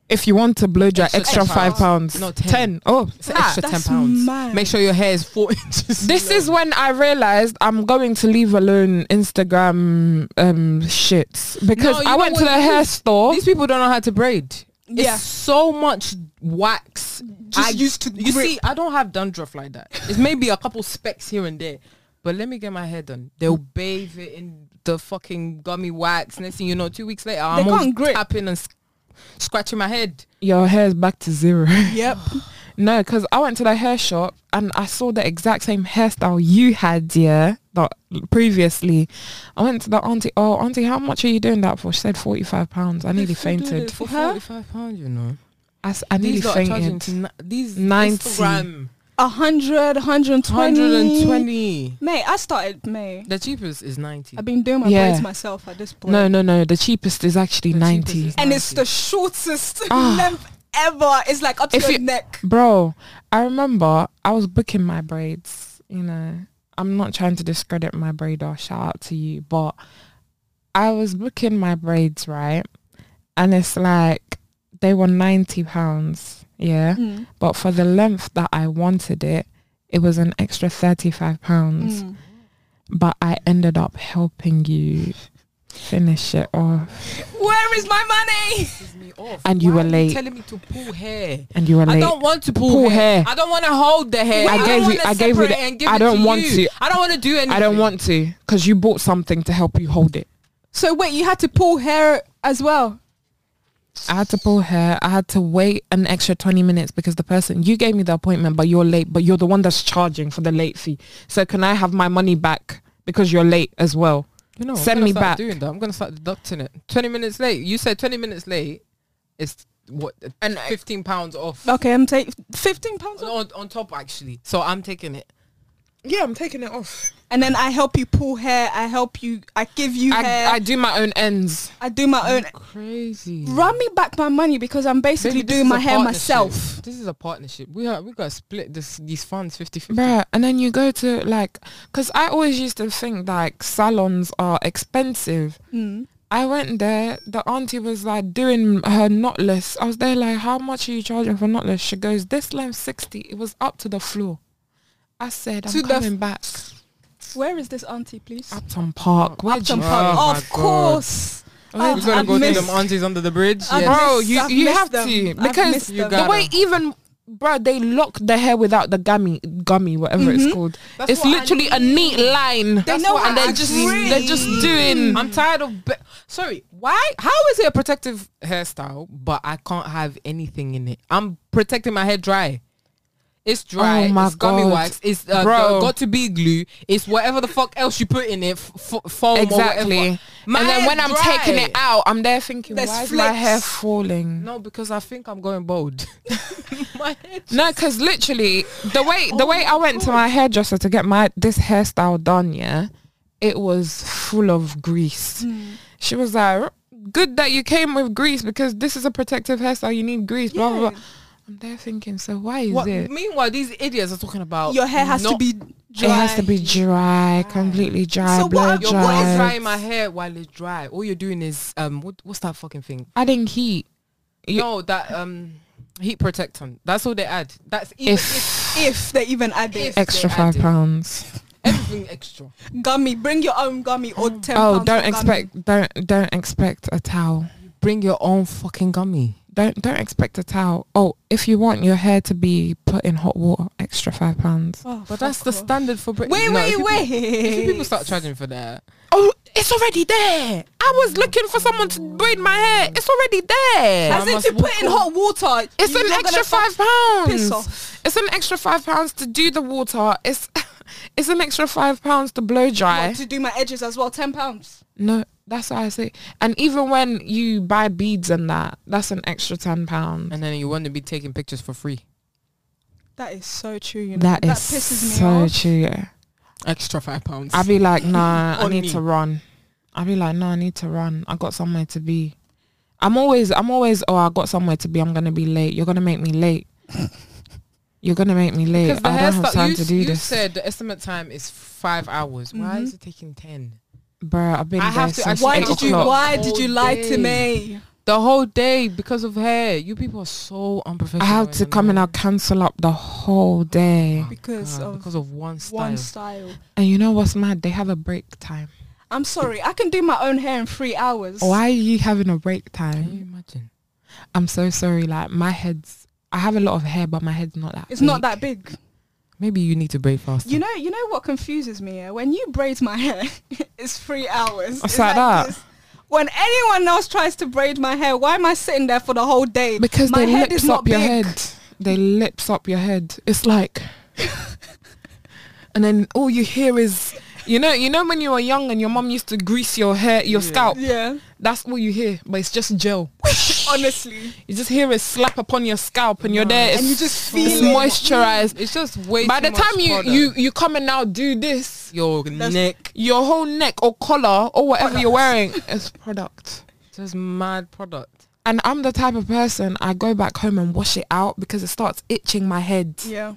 Speaker 2: If you want to blow dry,
Speaker 3: Extra
Speaker 2: extra,
Speaker 3: ten
Speaker 2: five
Speaker 3: pounds.
Speaker 2: pounds.
Speaker 3: No, ten.
Speaker 2: ten. Oh,
Speaker 3: It's an extra
Speaker 4: Ah, That's
Speaker 3: 10 pounds.
Speaker 4: mad.
Speaker 3: Make sure your hair is four [laughs] inches.
Speaker 2: This is when I realized I'm going to leave alone Instagram um shits because
Speaker 3: No, you
Speaker 2: I
Speaker 3: know
Speaker 2: went to
Speaker 3: what?
Speaker 2: the hair store.
Speaker 3: These people don't know how to braid.
Speaker 4: Yeah.
Speaker 3: It's so much wax.
Speaker 4: Just used to
Speaker 3: You
Speaker 4: grip.
Speaker 3: see, I don't have dandruff like that. It's maybe a couple specks here and there. But let me get my hair done. They'll bathe it in the fucking gummy wax. Next thing you know, two weeks later, I'm all
Speaker 4: can't grip.
Speaker 3: tapping and sc- scratching my head.
Speaker 2: Your hair is back to zero. [laughs]
Speaker 4: Yep.
Speaker 2: no, because I went to the hair shop and I saw the exact same hairstyle you had, yeah, that previously. I went to the auntie. Oh, auntie, how much are you doing that for? She said forty-five pounds. I nearly fainted.
Speaker 3: For
Speaker 4: Huh?
Speaker 3: forty-five pounds, you know.
Speaker 2: I, s- I nearly
Speaker 3: These lot are charging
Speaker 2: fainted.
Speaker 3: to ni- these
Speaker 2: 90.
Speaker 3: Instagram,
Speaker 4: A hundred, hundred twenty.
Speaker 3: 120.
Speaker 4: May I started May.
Speaker 3: The cheapest is ninety.
Speaker 4: I've been doing my
Speaker 2: Yeah.
Speaker 4: braids myself at this point.
Speaker 2: No, no, no. The cheapest is actually
Speaker 3: The cheapest
Speaker 2: ninety.
Speaker 3: is
Speaker 4: And it's
Speaker 3: 90.
Speaker 4: the shortest
Speaker 2: Ah.
Speaker 4: [laughs] length ever. It's like up to
Speaker 2: If
Speaker 4: your
Speaker 2: you-
Speaker 4: neck.
Speaker 2: Bro, I remember I was booking my braids, you know. I'm not trying to discredit my braider, shout out to you, but I was booking my braids, right? And it's like they were ninety pounds, yeah.
Speaker 4: Mm.
Speaker 2: But for the length that I wanted it, it was an extra thirty five pounds.
Speaker 4: Mm.
Speaker 2: But I ended up helping you finish it off.
Speaker 4: Where is my money?
Speaker 3: Pisses me off.
Speaker 2: And you
Speaker 3: Why
Speaker 2: were
Speaker 3: are
Speaker 2: late.
Speaker 3: Telling me to pull hair.
Speaker 2: And you were
Speaker 3: I
Speaker 2: late.
Speaker 3: don't want to pull,
Speaker 2: Pull
Speaker 3: hair.
Speaker 2: hair.
Speaker 3: I don't want to hold the hair.
Speaker 2: I
Speaker 3: don't
Speaker 2: gave you-
Speaker 3: wanna
Speaker 2: I gave you
Speaker 3: separate
Speaker 2: the-
Speaker 3: and give
Speaker 2: I
Speaker 3: it
Speaker 2: don't
Speaker 3: to
Speaker 2: want
Speaker 3: you.
Speaker 2: to.
Speaker 3: I don't want to do anything.
Speaker 2: I don't want to because you bought something to help you hold it.
Speaker 4: So wait, you had to pull hair as well.
Speaker 2: I had to pull hair. I had to wait an extra 20 minutes because the person, you gave me the appointment, but you're late, but you're the one that's charging for the late fee. So can I have my money back because you're late as well?
Speaker 3: You know,
Speaker 2: Send
Speaker 3: I'm gonna
Speaker 2: me
Speaker 3: start
Speaker 2: back.
Speaker 3: Doing that. I'm gonna start deducting it. Twenty minutes late. You said twenty minutes late. It's what and fifteen pounds off
Speaker 4: Okay, I'm taking fifteen pounds, off.
Speaker 3: on, on top actually. So I'm taking it.
Speaker 2: Yeah, I'm taking it off.
Speaker 4: and then I help you pull hair. I help you. I give you
Speaker 2: I,
Speaker 4: hair.
Speaker 2: I do my own ends.
Speaker 4: I do my own.
Speaker 3: Crazy.
Speaker 4: Run me back my money because I'm basically
Speaker 3: Baby, this
Speaker 4: doing
Speaker 3: is
Speaker 4: my
Speaker 3: a
Speaker 4: hair
Speaker 3: partnership.
Speaker 4: myself.
Speaker 3: This is a partnership. We are we gotta split this these funds 50-50.
Speaker 2: Bruh, and then you go to like, because I always used to think like salons are expensive.
Speaker 4: Mm.
Speaker 2: I went there, the auntie was like doing her knotless. I was there like, how much are you charging for knotless? She goes, this length 60. It was up to the floor. I said, I'm
Speaker 4: To the f-
Speaker 2: coming back.
Speaker 4: Where is this auntie, please?
Speaker 2: Upton Park. Where Ah,
Speaker 4: Upton
Speaker 3: you-
Speaker 4: Park.
Speaker 3: Oh my
Speaker 4: of
Speaker 3: God.
Speaker 4: course.
Speaker 3: We're gonna
Speaker 4: I've
Speaker 3: go to
Speaker 4: missed-
Speaker 3: them aunties under the bridge.
Speaker 4: I've
Speaker 3: Yes.
Speaker 2: Bro,
Speaker 4: missed-
Speaker 2: you,
Speaker 4: I've
Speaker 2: you
Speaker 4: missed
Speaker 2: have
Speaker 4: them.
Speaker 2: to.
Speaker 4: I've
Speaker 2: Because
Speaker 4: missed
Speaker 3: You
Speaker 4: them.
Speaker 3: got-
Speaker 2: the way even, bro, they lock the hair without the gummy, gummy, whatever
Speaker 4: Mm-hmm.
Speaker 2: it's called.
Speaker 3: That's
Speaker 2: it's
Speaker 3: what I
Speaker 2: literally a neat line.
Speaker 4: They know
Speaker 2: and
Speaker 4: how
Speaker 2: they're
Speaker 4: to
Speaker 2: just,
Speaker 4: breathe.
Speaker 2: they're just doing.
Speaker 3: I'm tired of. Ba- Sorry, why? How is it a protective hairstyle, but I can't have anything in it? I'm protecting my hair dry. It's dry.
Speaker 2: Oh my
Speaker 3: it's gummy
Speaker 2: God.
Speaker 3: wax. It's uh,
Speaker 2: Bro.
Speaker 3: the got to be glue. It's whatever the fuck else you put in it. F- f- foam
Speaker 4: Mm-hmm.
Speaker 3: Or
Speaker 2: Exactly.
Speaker 3: whatever. My
Speaker 2: and then
Speaker 3: hair's
Speaker 2: when I'm
Speaker 3: dry.
Speaker 2: taking it out, I'm there thinking,
Speaker 4: There's
Speaker 2: why is my hair
Speaker 4: flicks.
Speaker 2: falling?
Speaker 3: no, because I think I'm
Speaker 2: [laughs]
Speaker 3: going bald. my hair.
Speaker 2: No, because literally the way the way I went to my hairdresser to get my this hairstyle done, yeah, it was full of grease. She was like, "Good that you came with grease because this is a protective hairstyle. You need grease." Blah blah. blah. I'm there thinking, so why is
Speaker 3: What,
Speaker 2: it?
Speaker 3: meanwhile, these idiots are talking about
Speaker 4: Your hair has to
Speaker 3: not-
Speaker 4: be dry.
Speaker 2: It has to be dry, completely dry,
Speaker 4: So what-
Speaker 2: blow
Speaker 4: your
Speaker 3: You're what is
Speaker 2: dry.
Speaker 3: drying my hair while it's dry. All you're doing is um, what, what's that fucking thing?
Speaker 2: Adding heat. You-
Speaker 3: no, that um heat protectant. That's all they add. That's even if,
Speaker 2: If,
Speaker 4: If they even add it.
Speaker 3: If-
Speaker 2: extra
Speaker 3: they
Speaker 2: five
Speaker 3: added.
Speaker 2: pounds.
Speaker 3: everything extra.
Speaker 4: Gummy. Bring your own gummy or ten
Speaker 2: Oh, don't
Speaker 4: pounds for gummy.
Speaker 2: expect don't don't expect a towel.
Speaker 3: Bring your own fucking gummy.
Speaker 2: Don't don't expect a towel. Oh, if you want your hair to be put in hot water, extra five pounds.
Speaker 4: Oh,
Speaker 3: But that's
Speaker 4: fuck
Speaker 3: the
Speaker 4: off.
Speaker 3: standard for Britain.
Speaker 4: Wait,
Speaker 3: No,
Speaker 4: wait,
Speaker 3: if people-
Speaker 4: wait.
Speaker 3: If people start charging for that,
Speaker 2: Oh, it's already there. I was looking for someone to braid my hair. It's already there.
Speaker 4: As
Speaker 3: I
Speaker 4: if
Speaker 3: must
Speaker 4: you
Speaker 3: walk
Speaker 4: put in hot water.
Speaker 2: It's
Speaker 4: you're
Speaker 2: an
Speaker 4: not gonna
Speaker 2: extra
Speaker 4: fuck-
Speaker 2: five pounds.
Speaker 4: piss off.
Speaker 2: It's an extra five pounds to do the [laughs] water. It's it's an extra five pounds to blow dry.
Speaker 4: What, to do my edges as well. Ten pounds.
Speaker 2: No, that's what I say. And even when you buy beads and that, that's an extra ten pound.
Speaker 3: And then you want to be taking pictures for free.
Speaker 4: That is so true. You know?
Speaker 2: That is
Speaker 4: pisses me
Speaker 2: so
Speaker 4: off.
Speaker 2: true. Yeah.
Speaker 3: Extra five pounds.
Speaker 2: I'd be like,
Speaker 3: [laughs]
Speaker 2: nah, I
Speaker 3: On
Speaker 2: need
Speaker 3: me.
Speaker 2: to run. I'd be like, no, I need to run. I got somewhere to be. I'm always, I'm always, oh, I got somewhere to be. I'm gonna be late. You're gonna make me late. You're gonna make me late.
Speaker 3: Because the
Speaker 2: I don't have
Speaker 3: hairstyle,
Speaker 2: time
Speaker 3: you,
Speaker 2: to do
Speaker 3: you
Speaker 2: this,
Speaker 3: said the estimate time is five hours. Why
Speaker 4: Mhm.
Speaker 3: is it taking ten?
Speaker 2: bruh. I've been
Speaker 3: I
Speaker 2: there
Speaker 3: have to- I
Speaker 2: since
Speaker 3: just
Speaker 4: Why
Speaker 2: eight
Speaker 4: did you?
Speaker 2: o'clock.
Speaker 4: Why did you lie
Speaker 3: All
Speaker 4: to
Speaker 3: day.
Speaker 4: me?
Speaker 3: The whole day because of hair. You people are so
Speaker 2: I
Speaker 3: unprofessional.
Speaker 2: have to come and I'll cancel up the whole day.
Speaker 4: Because of
Speaker 3: because of one style.
Speaker 4: One style.
Speaker 2: And you know what's mad? They have a break time.
Speaker 4: I'm sorry. I can do my own hair in three hours.
Speaker 2: Why are you having a break
Speaker 3: Can you
Speaker 2: time?
Speaker 3: imagine?
Speaker 2: I'm so sorry. Like my head's, I have a lot of hair, but my head's not that.
Speaker 4: It's
Speaker 2: big.
Speaker 4: not that big.
Speaker 3: Maybe you need to braid faster.
Speaker 4: You know, you know what confuses me. Yeah? When you braid my [laughs] hair, it's three hours.
Speaker 2: It's
Speaker 4: It's
Speaker 2: like that.
Speaker 4: this. When anyone else tries to braid my hair, why am I sitting there for the whole day?
Speaker 2: because
Speaker 4: my
Speaker 2: they
Speaker 4: head
Speaker 2: lips
Speaker 4: is not
Speaker 2: up your
Speaker 4: big.
Speaker 2: head. They lips up your head. It's like, [laughs] and then all you hear is, you know, you know when you were young and your mom used to grease your hair, your
Speaker 3: Yeah.
Speaker 2: scalp.
Speaker 4: Yeah,
Speaker 2: That's all you hear, but it's just gel.
Speaker 4: honestly.
Speaker 2: You just hear it slap upon your scalp, and you're there. It's,
Speaker 4: And you just feel
Speaker 2: it's
Speaker 4: it.
Speaker 2: moisturized.
Speaker 3: It's just way.
Speaker 2: By
Speaker 3: too
Speaker 2: the
Speaker 3: much
Speaker 2: time you
Speaker 3: product.
Speaker 2: you you come and now do this,
Speaker 3: your
Speaker 4: That's-
Speaker 3: neck
Speaker 2: your whole neck or collar or whatever you're wearing is product.
Speaker 3: just mad product.
Speaker 2: And I'm the type of person I go back home and wash it out because it starts itching my head.
Speaker 4: Yeah.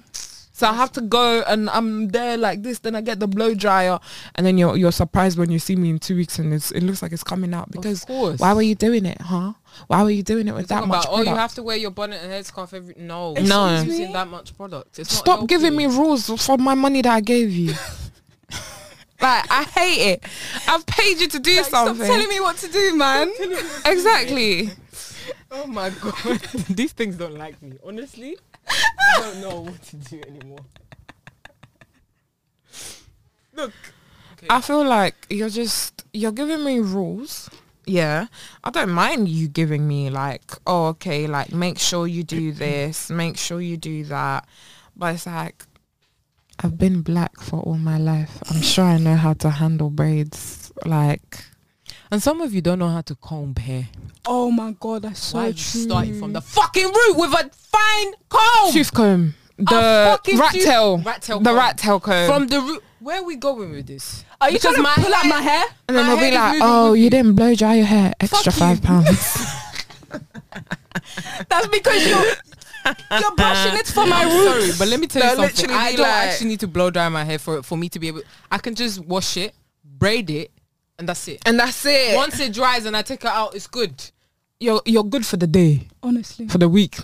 Speaker 2: So I have to go and I'm there like this. Then I get the blow dryer, and then you're you're surprised when you see me in two weeks and it's, it looks like it's coming out because
Speaker 3: of course.
Speaker 2: why were you doing it, huh? Why were you doing it with that
Speaker 3: Talk
Speaker 2: much
Speaker 3: about, oh, you
Speaker 2: product?
Speaker 3: have to wear your bonnet and headscarf every. No,
Speaker 4: Excuse
Speaker 2: No.
Speaker 4: me?
Speaker 3: using that much product. It's not
Speaker 2: Stop giving me
Speaker 3: healthy. [laughs]
Speaker 2: rules for my money that I gave you. like I hate it. I've paid you to do
Speaker 4: Like, stop
Speaker 2: something.
Speaker 4: telling me what to do, man.
Speaker 2: exactly.
Speaker 3: Oh my god, [laughs] these things don't like me. Honestly, I don't know what to do anymore. Look,
Speaker 2: I feel like you're just you're giving me rules. Yeah. I don't mind you giving me like, oh okay, like make sure you do this, make sure you do that. But it's like I've been black for all my life. I'm sure I know how to handle braids. Like
Speaker 3: and some of you don't know how to comb hair.
Speaker 4: Oh my god, that's so
Speaker 3: Why
Speaker 4: true.
Speaker 3: you starting from the fucking root with a fine comb?
Speaker 2: tooth comb.
Speaker 3: A
Speaker 2: The
Speaker 3: Oh. fucking
Speaker 2: rat
Speaker 3: tooth-
Speaker 2: tail.
Speaker 3: rat tail
Speaker 2: The
Speaker 3: comb.
Speaker 2: rat tail comb.
Speaker 3: From the root. Where are we going with this?
Speaker 4: Are you
Speaker 3: Because
Speaker 4: trying to
Speaker 3: my
Speaker 4: pull out
Speaker 3: hair-
Speaker 4: my hair?
Speaker 2: and then
Speaker 3: my
Speaker 2: they'll be
Speaker 3: head is
Speaker 2: like,
Speaker 3: moving
Speaker 2: oh,
Speaker 3: with
Speaker 2: you
Speaker 3: you."
Speaker 2: didn't blow dry your hair. Extra
Speaker 3: you.
Speaker 2: five
Speaker 3: [laughs]
Speaker 2: pounds.
Speaker 4: That's because you're you're brushing it for my roots.
Speaker 3: Sorry, but let me tell
Speaker 2: They'll
Speaker 3: you something.
Speaker 2: literally
Speaker 3: I
Speaker 2: be
Speaker 3: don't
Speaker 2: like-
Speaker 3: actually need to blow dry my hair for for me to be able. I can just wash it, braid it, and that's it.
Speaker 2: and that's it.
Speaker 3: Once it dries and I take it out, it's good.
Speaker 2: you're, you're good for the day,
Speaker 4: Honestly.
Speaker 2: for the week.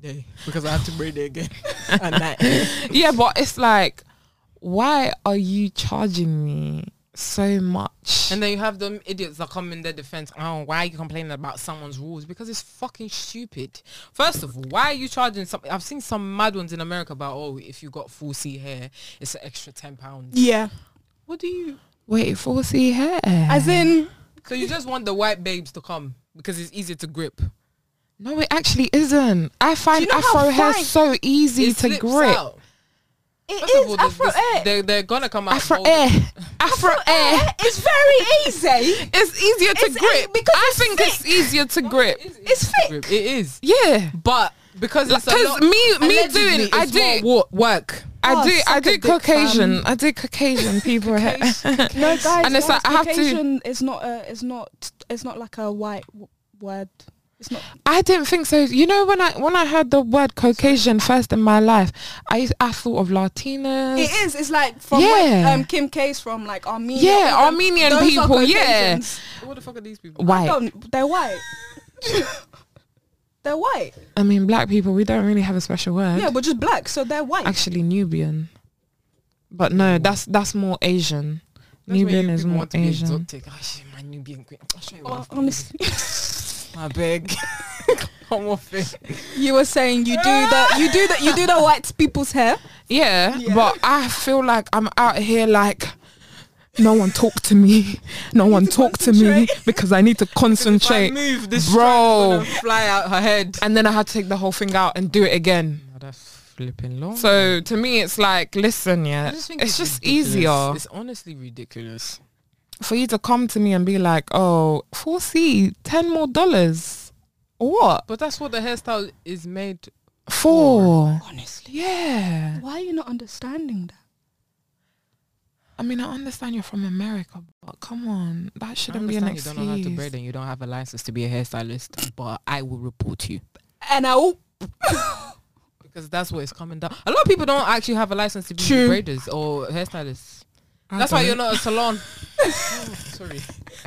Speaker 3: Day because I have to braid it [laughs] again at night.
Speaker 2: yeah, but it's like, why are you charging me so much?
Speaker 3: And then you have them idiots that come in their defense. Oh, why are you complaining about someone's rules? Because it's fucking stupid. First of all, why are you charging some? I've seen some mad ones in America about oh, if you got full C hair, it's an extra ten pounds.
Speaker 4: Yeah.
Speaker 3: What do you?
Speaker 2: Wait, for see hair.
Speaker 4: As in
Speaker 3: So you just want the white babes to come because it's easier to grip.
Speaker 2: no, it actually isn't. I find
Speaker 4: you know how
Speaker 2: Afro hair
Speaker 4: fine-
Speaker 2: so easy
Speaker 3: It
Speaker 2: to
Speaker 3: slips
Speaker 2: grip.
Speaker 3: out.
Speaker 4: it
Speaker 3: First of
Speaker 4: is
Speaker 3: all, there's
Speaker 4: Afro
Speaker 3: this-
Speaker 4: air.
Speaker 3: They're, they're gonna come out.
Speaker 2: Afro
Speaker 3: bold.
Speaker 2: air. [laughs] Afro air.
Speaker 4: It's very easy.
Speaker 2: It's easier to
Speaker 4: [laughs] It's-
Speaker 2: grip.
Speaker 4: because
Speaker 2: I
Speaker 4: it's
Speaker 2: think it's easier to grip.
Speaker 3: It is easier
Speaker 4: It's
Speaker 3: to
Speaker 4: thick.
Speaker 3: grip. It is.
Speaker 2: Yeah.
Speaker 3: But because it's a
Speaker 2: Because
Speaker 3: lot-
Speaker 2: me, me
Speaker 3: allegedly,
Speaker 2: doing, I
Speaker 3: it's
Speaker 2: do,
Speaker 3: more wo- work.
Speaker 2: I
Speaker 4: Oh,
Speaker 2: do, I
Speaker 4: suck
Speaker 2: do
Speaker 4: a dick, fam.
Speaker 2: Caucasian, I do Caucasian people
Speaker 4: [laughs]
Speaker 2: hair.
Speaker 4: No, guys,
Speaker 2: And it's like, I have to-
Speaker 4: Caucasian It's not a, it's not, it's not like a white w- word. It's not.
Speaker 2: I didn't think so. You know, when I when I heard the word Caucasian first in my life, I used, I thought of Latinas.
Speaker 4: It is. It's like from
Speaker 2: Yeah.
Speaker 4: where, um, Kim K's from, like Armenia.
Speaker 2: Yeah,
Speaker 4: all them-
Speaker 2: Armenian
Speaker 4: those are
Speaker 2: people, yeah.
Speaker 4: Caucasians.
Speaker 3: What the fuck are these people?
Speaker 2: White.
Speaker 4: Don't- they're white. they're white.
Speaker 2: I mean, black people. We don't really have a special word.
Speaker 4: Yeah, but just black, so they're white.
Speaker 2: Actually, Nubian. But no, that's that's more Asian.
Speaker 3: That's where
Speaker 2: Nubian
Speaker 3: you
Speaker 2: is
Speaker 3: people
Speaker 2: more
Speaker 3: want to be
Speaker 2: Asian.
Speaker 3: exotic. Oh, shit, my Nubian queen. I'll show you
Speaker 4: Oh,
Speaker 3: what I'm
Speaker 4: honestly,
Speaker 3: doing. I beg. [laughs] Come off it.
Speaker 4: [laughs] you were saying you do the you do the you do the white people's hair.
Speaker 2: Yeah,
Speaker 4: Yeah.
Speaker 2: but I feel like I'm out here like no one talk to
Speaker 3: [laughs]
Speaker 2: me. No one talk to me
Speaker 4: concentrate.
Speaker 2: [laughs] because I need to
Speaker 3: If
Speaker 2: concentrate.
Speaker 3: I move, this
Speaker 2: Bro.
Speaker 3: strand is gonna fly out her head.
Speaker 2: And then I had to take the whole thing out and do it again.
Speaker 3: that's flipping long.
Speaker 2: So to me, it's like, listen, yeah,
Speaker 3: I just think
Speaker 2: it's, just
Speaker 3: ridiculous.
Speaker 2: easier.
Speaker 3: It's honestly ridiculous.
Speaker 2: for you to come to me and be like, oh, 4C, 10 more dollars. What?
Speaker 3: But that's what the hairstyle is made.
Speaker 2: Four.
Speaker 4: Honestly,
Speaker 2: Yeah.
Speaker 4: why are you not understanding that?
Speaker 2: I mean, I understand you're from America, but come on. That
Speaker 3: I
Speaker 2: shouldn't be an
Speaker 3: understand you
Speaker 2: excuse.
Speaker 3: don't know how to braid and you don't have a license to be a hairstylist, but I will report you
Speaker 4: And I will. [laughs]
Speaker 3: because that's what is coming down. A lot of people don't actually have a license to be
Speaker 2: True.
Speaker 3: braiders or hairstylists.
Speaker 2: I
Speaker 3: that's why
Speaker 2: don't.
Speaker 3: you're not a salon.
Speaker 2: [laughs]
Speaker 3: Oh, sorry.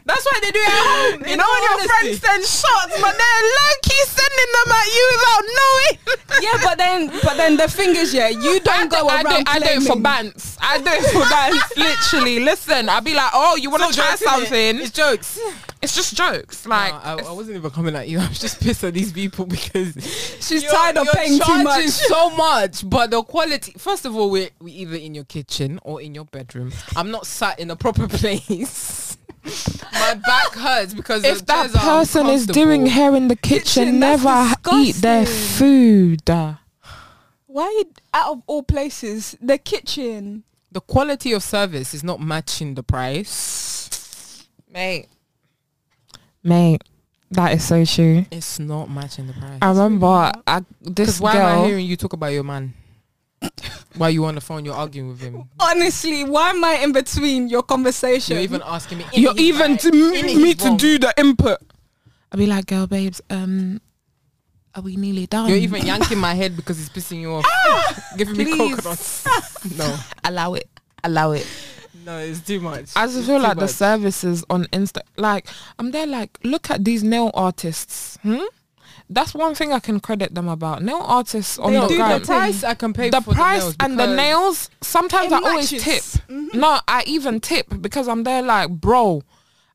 Speaker 3: That's why they do it at home.
Speaker 2: You know when your friends send shots, but they're low-key sending them at you without knowing.
Speaker 4: [laughs] yeah, but then, but then the thing is, yeah, you don't go
Speaker 2: I
Speaker 4: around.
Speaker 2: do, I do it for
Speaker 4: claiming-
Speaker 2: bants. I do it for [laughs] bants. Literally, listen. I'll be like, oh, you want to try something? It's jokes. It's just jokes. Like,
Speaker 3: No, I, I wasn't even coming at you. I'm just pissed at these people because she's
Speaker 4: You're- tired of paying too much.
Speaker 3: [laughs] so much, but the quality. First of all, we're, we either in your kitchen or in your bedroom. I'm not sat in a proper [laughs] place. My back hurts because the
Speaker 2: if that
Speaker 3: chairs are
Speaker 2: person is doing
Speaker 3: uncomfortable.
Speaker 2: hair in the kitchen,
Speaker 4: Kitchen, that's
Speaker 2: never ha- eat their food. That's
Speaker 4: Why you- out of all places, the kitchen?
Speaker 3: the quality of service is not matching the price, mate.
Speaker 2: mate. That is so true.
Speaker 3: It's not matching the price.
Speaker 2: I remember I, this
Speaker 3: Because why am I
Speaker 2: girl.
Speaker 3: hearing you talk about your man? Why you on the phone? You're arguing with him.
Speaker 4: Honestly, why am I in between your conversation?
Speaker 3: You're even asking me.
Speaker 2: You're
Speaker 3: "Is he
Speaker 2: even
Speaker 3: right?
Speaker 2: to
Speaker 3: In
Speaker 2: m-
Speaker 3: his
Speaker 2: me to
Speaker 3: wrong."
Speaker 2: do the input. I'll be like, girl, babes. Um, are we nearly done?
Speaker 3: You're [laughs] even yanking my head because it's pissing you off. Giving me
Speaker 2: Please.
Speaker 3: [laughs] coconuts. No,
Speaker 2: allow it. Allow it.
Speaker 3: no, it's too much.
Speaker 2: I just
Speaker 3: It's
Speaker 2: feel
Speaker 3: too
Speaker 2: like the
Speaker 3: much.
Speaker 2: services on Insta, like I'm there, like look at these nail artists. Hmm? That's one thing I can credit them about. Nail artists on
Speaker 4: They
Speaker 2: the
Speaker 3: Dude,
Speaker 4: Right.
Speaker 2: gram,
Speaker 3: the price I can pay
Speaker 2: oh the
Speaker 3: for
Speaker 2: price
Speaker 3: the nails
Speaker 2: and the
Speaker 3: because
Speaker 2: nails. Sometimes
Speaker 4: It
Speaker 2: I always
Speaker 4: matches.
Speaker 2: tip. No, I even tip because I'm there, like bro.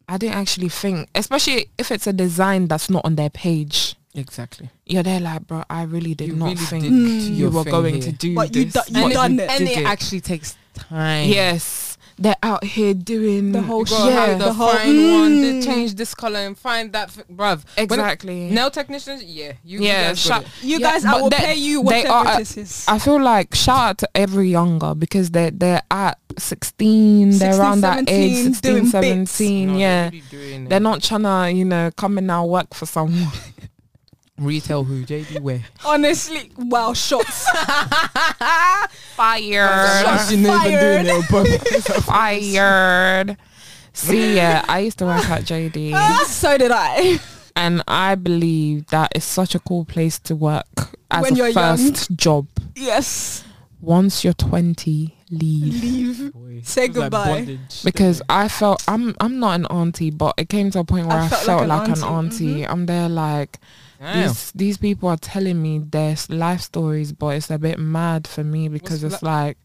Speaker 2: I didn't actually think, especially if it's a design that's not on their page.
Speaker 3: Exactly.
Speaker 2: You're there, like bro. I really did
Speaker 3: Mm, You
Speaker 2: not
Speaker 3: really
Speaker 2: think
Speaker 3: did to
Speaker 2: you
Speaker 3: your
Speaker 2: were
Speaker 3: thing
Speaker 2: going
Speaker 3: here.
Speaker 2: to do
Speaker 4: But you
Speaker 2: this.
Speaker 4: do- you
Speaker 2: but
Speaker 4: done it.
Speaker 3: And
Speaker 2: did
Speaker 3: it, actually takes time.
Speaker 2: Yes, they're out here doing
Speaker 4: The whole
Speaker 3: You
Speaker 4: shit.
Speaker 3: gotta
Speaker 2: Yeah.
Speaker 3: have the,
Speaker 4: The whole-
Speaker 3: fine one, they
Speaker 4: Mm.
Speaker 3: change this color and find that, f- bruv. When-
Speaker 2: Exactly.
Speaker 3: nail technicians, yeah, you,
Speaker 2: Yeah,
Speaker 3: you guys
Speaker 2: shut-
Speaker 3: got it.
Speaker 4: You
Speaker 2: Yeah,
Speaker 4: guys, I
Speaker 2: but
Speaker 4: will
Speaker 2: they-
Speaker 4: pay you
Speaker 2: they
Speaker 4: whatever
Speaker 2: are uh, at-
Speaker 4: it is.
Speaker 2: I feel like shout out to every younger because they're they're at 16, they're
Speaker 4: 16,
Speaker 2: around that age,
Speaker 4: 17,
Speaker 2: 16,
Speaker 4: doing bits.
Speaker 2: 17,
Speaker 3: No,
Speaker 2: yeah.
Speaker 3: They're, really doing
Speaker 2: They're
Speaker 3: it.
Speaker 2: not trying to, you know, come and now work for someone.
Speaker 3: retail who JD where.
Speaker 4: Honestly, wow, shots.
Speaker 2: [laughs] Fired.
Speaker 4: Shots fired.
Speaker 2: [laughs] Fired. See, yeah, I used to work at
Speaker 4: [laughs]
Speaker 2: JD
Speaker 4: so did I. [laughs]
Speaker 2: and I believe that is such a cool place to work as
Speaker 4: When
Speaker 2: a
Speaker 4: you're young.
Speaker 2: first job.
Speaker 4: Yes,
Speaker 2: Once you're 20, leave.
Speaker 4: leave.
Speaker 3: Boy,
Speaker 4: Say
Speaker 3: feels like
Speaker 4: goodbye.
Speaker 3: bondage.
Speaker 2: because I felt I'm I'm not an auntie, but it came to a point where I, felt, like, an auntie. Mm-hmm. I'm there like
Speaker 3: Damn.
Speaker 2: these these people are telling me their s- life stories, but it's a bit mad for me because
Speaker 3: What's
Speaker 2: it's like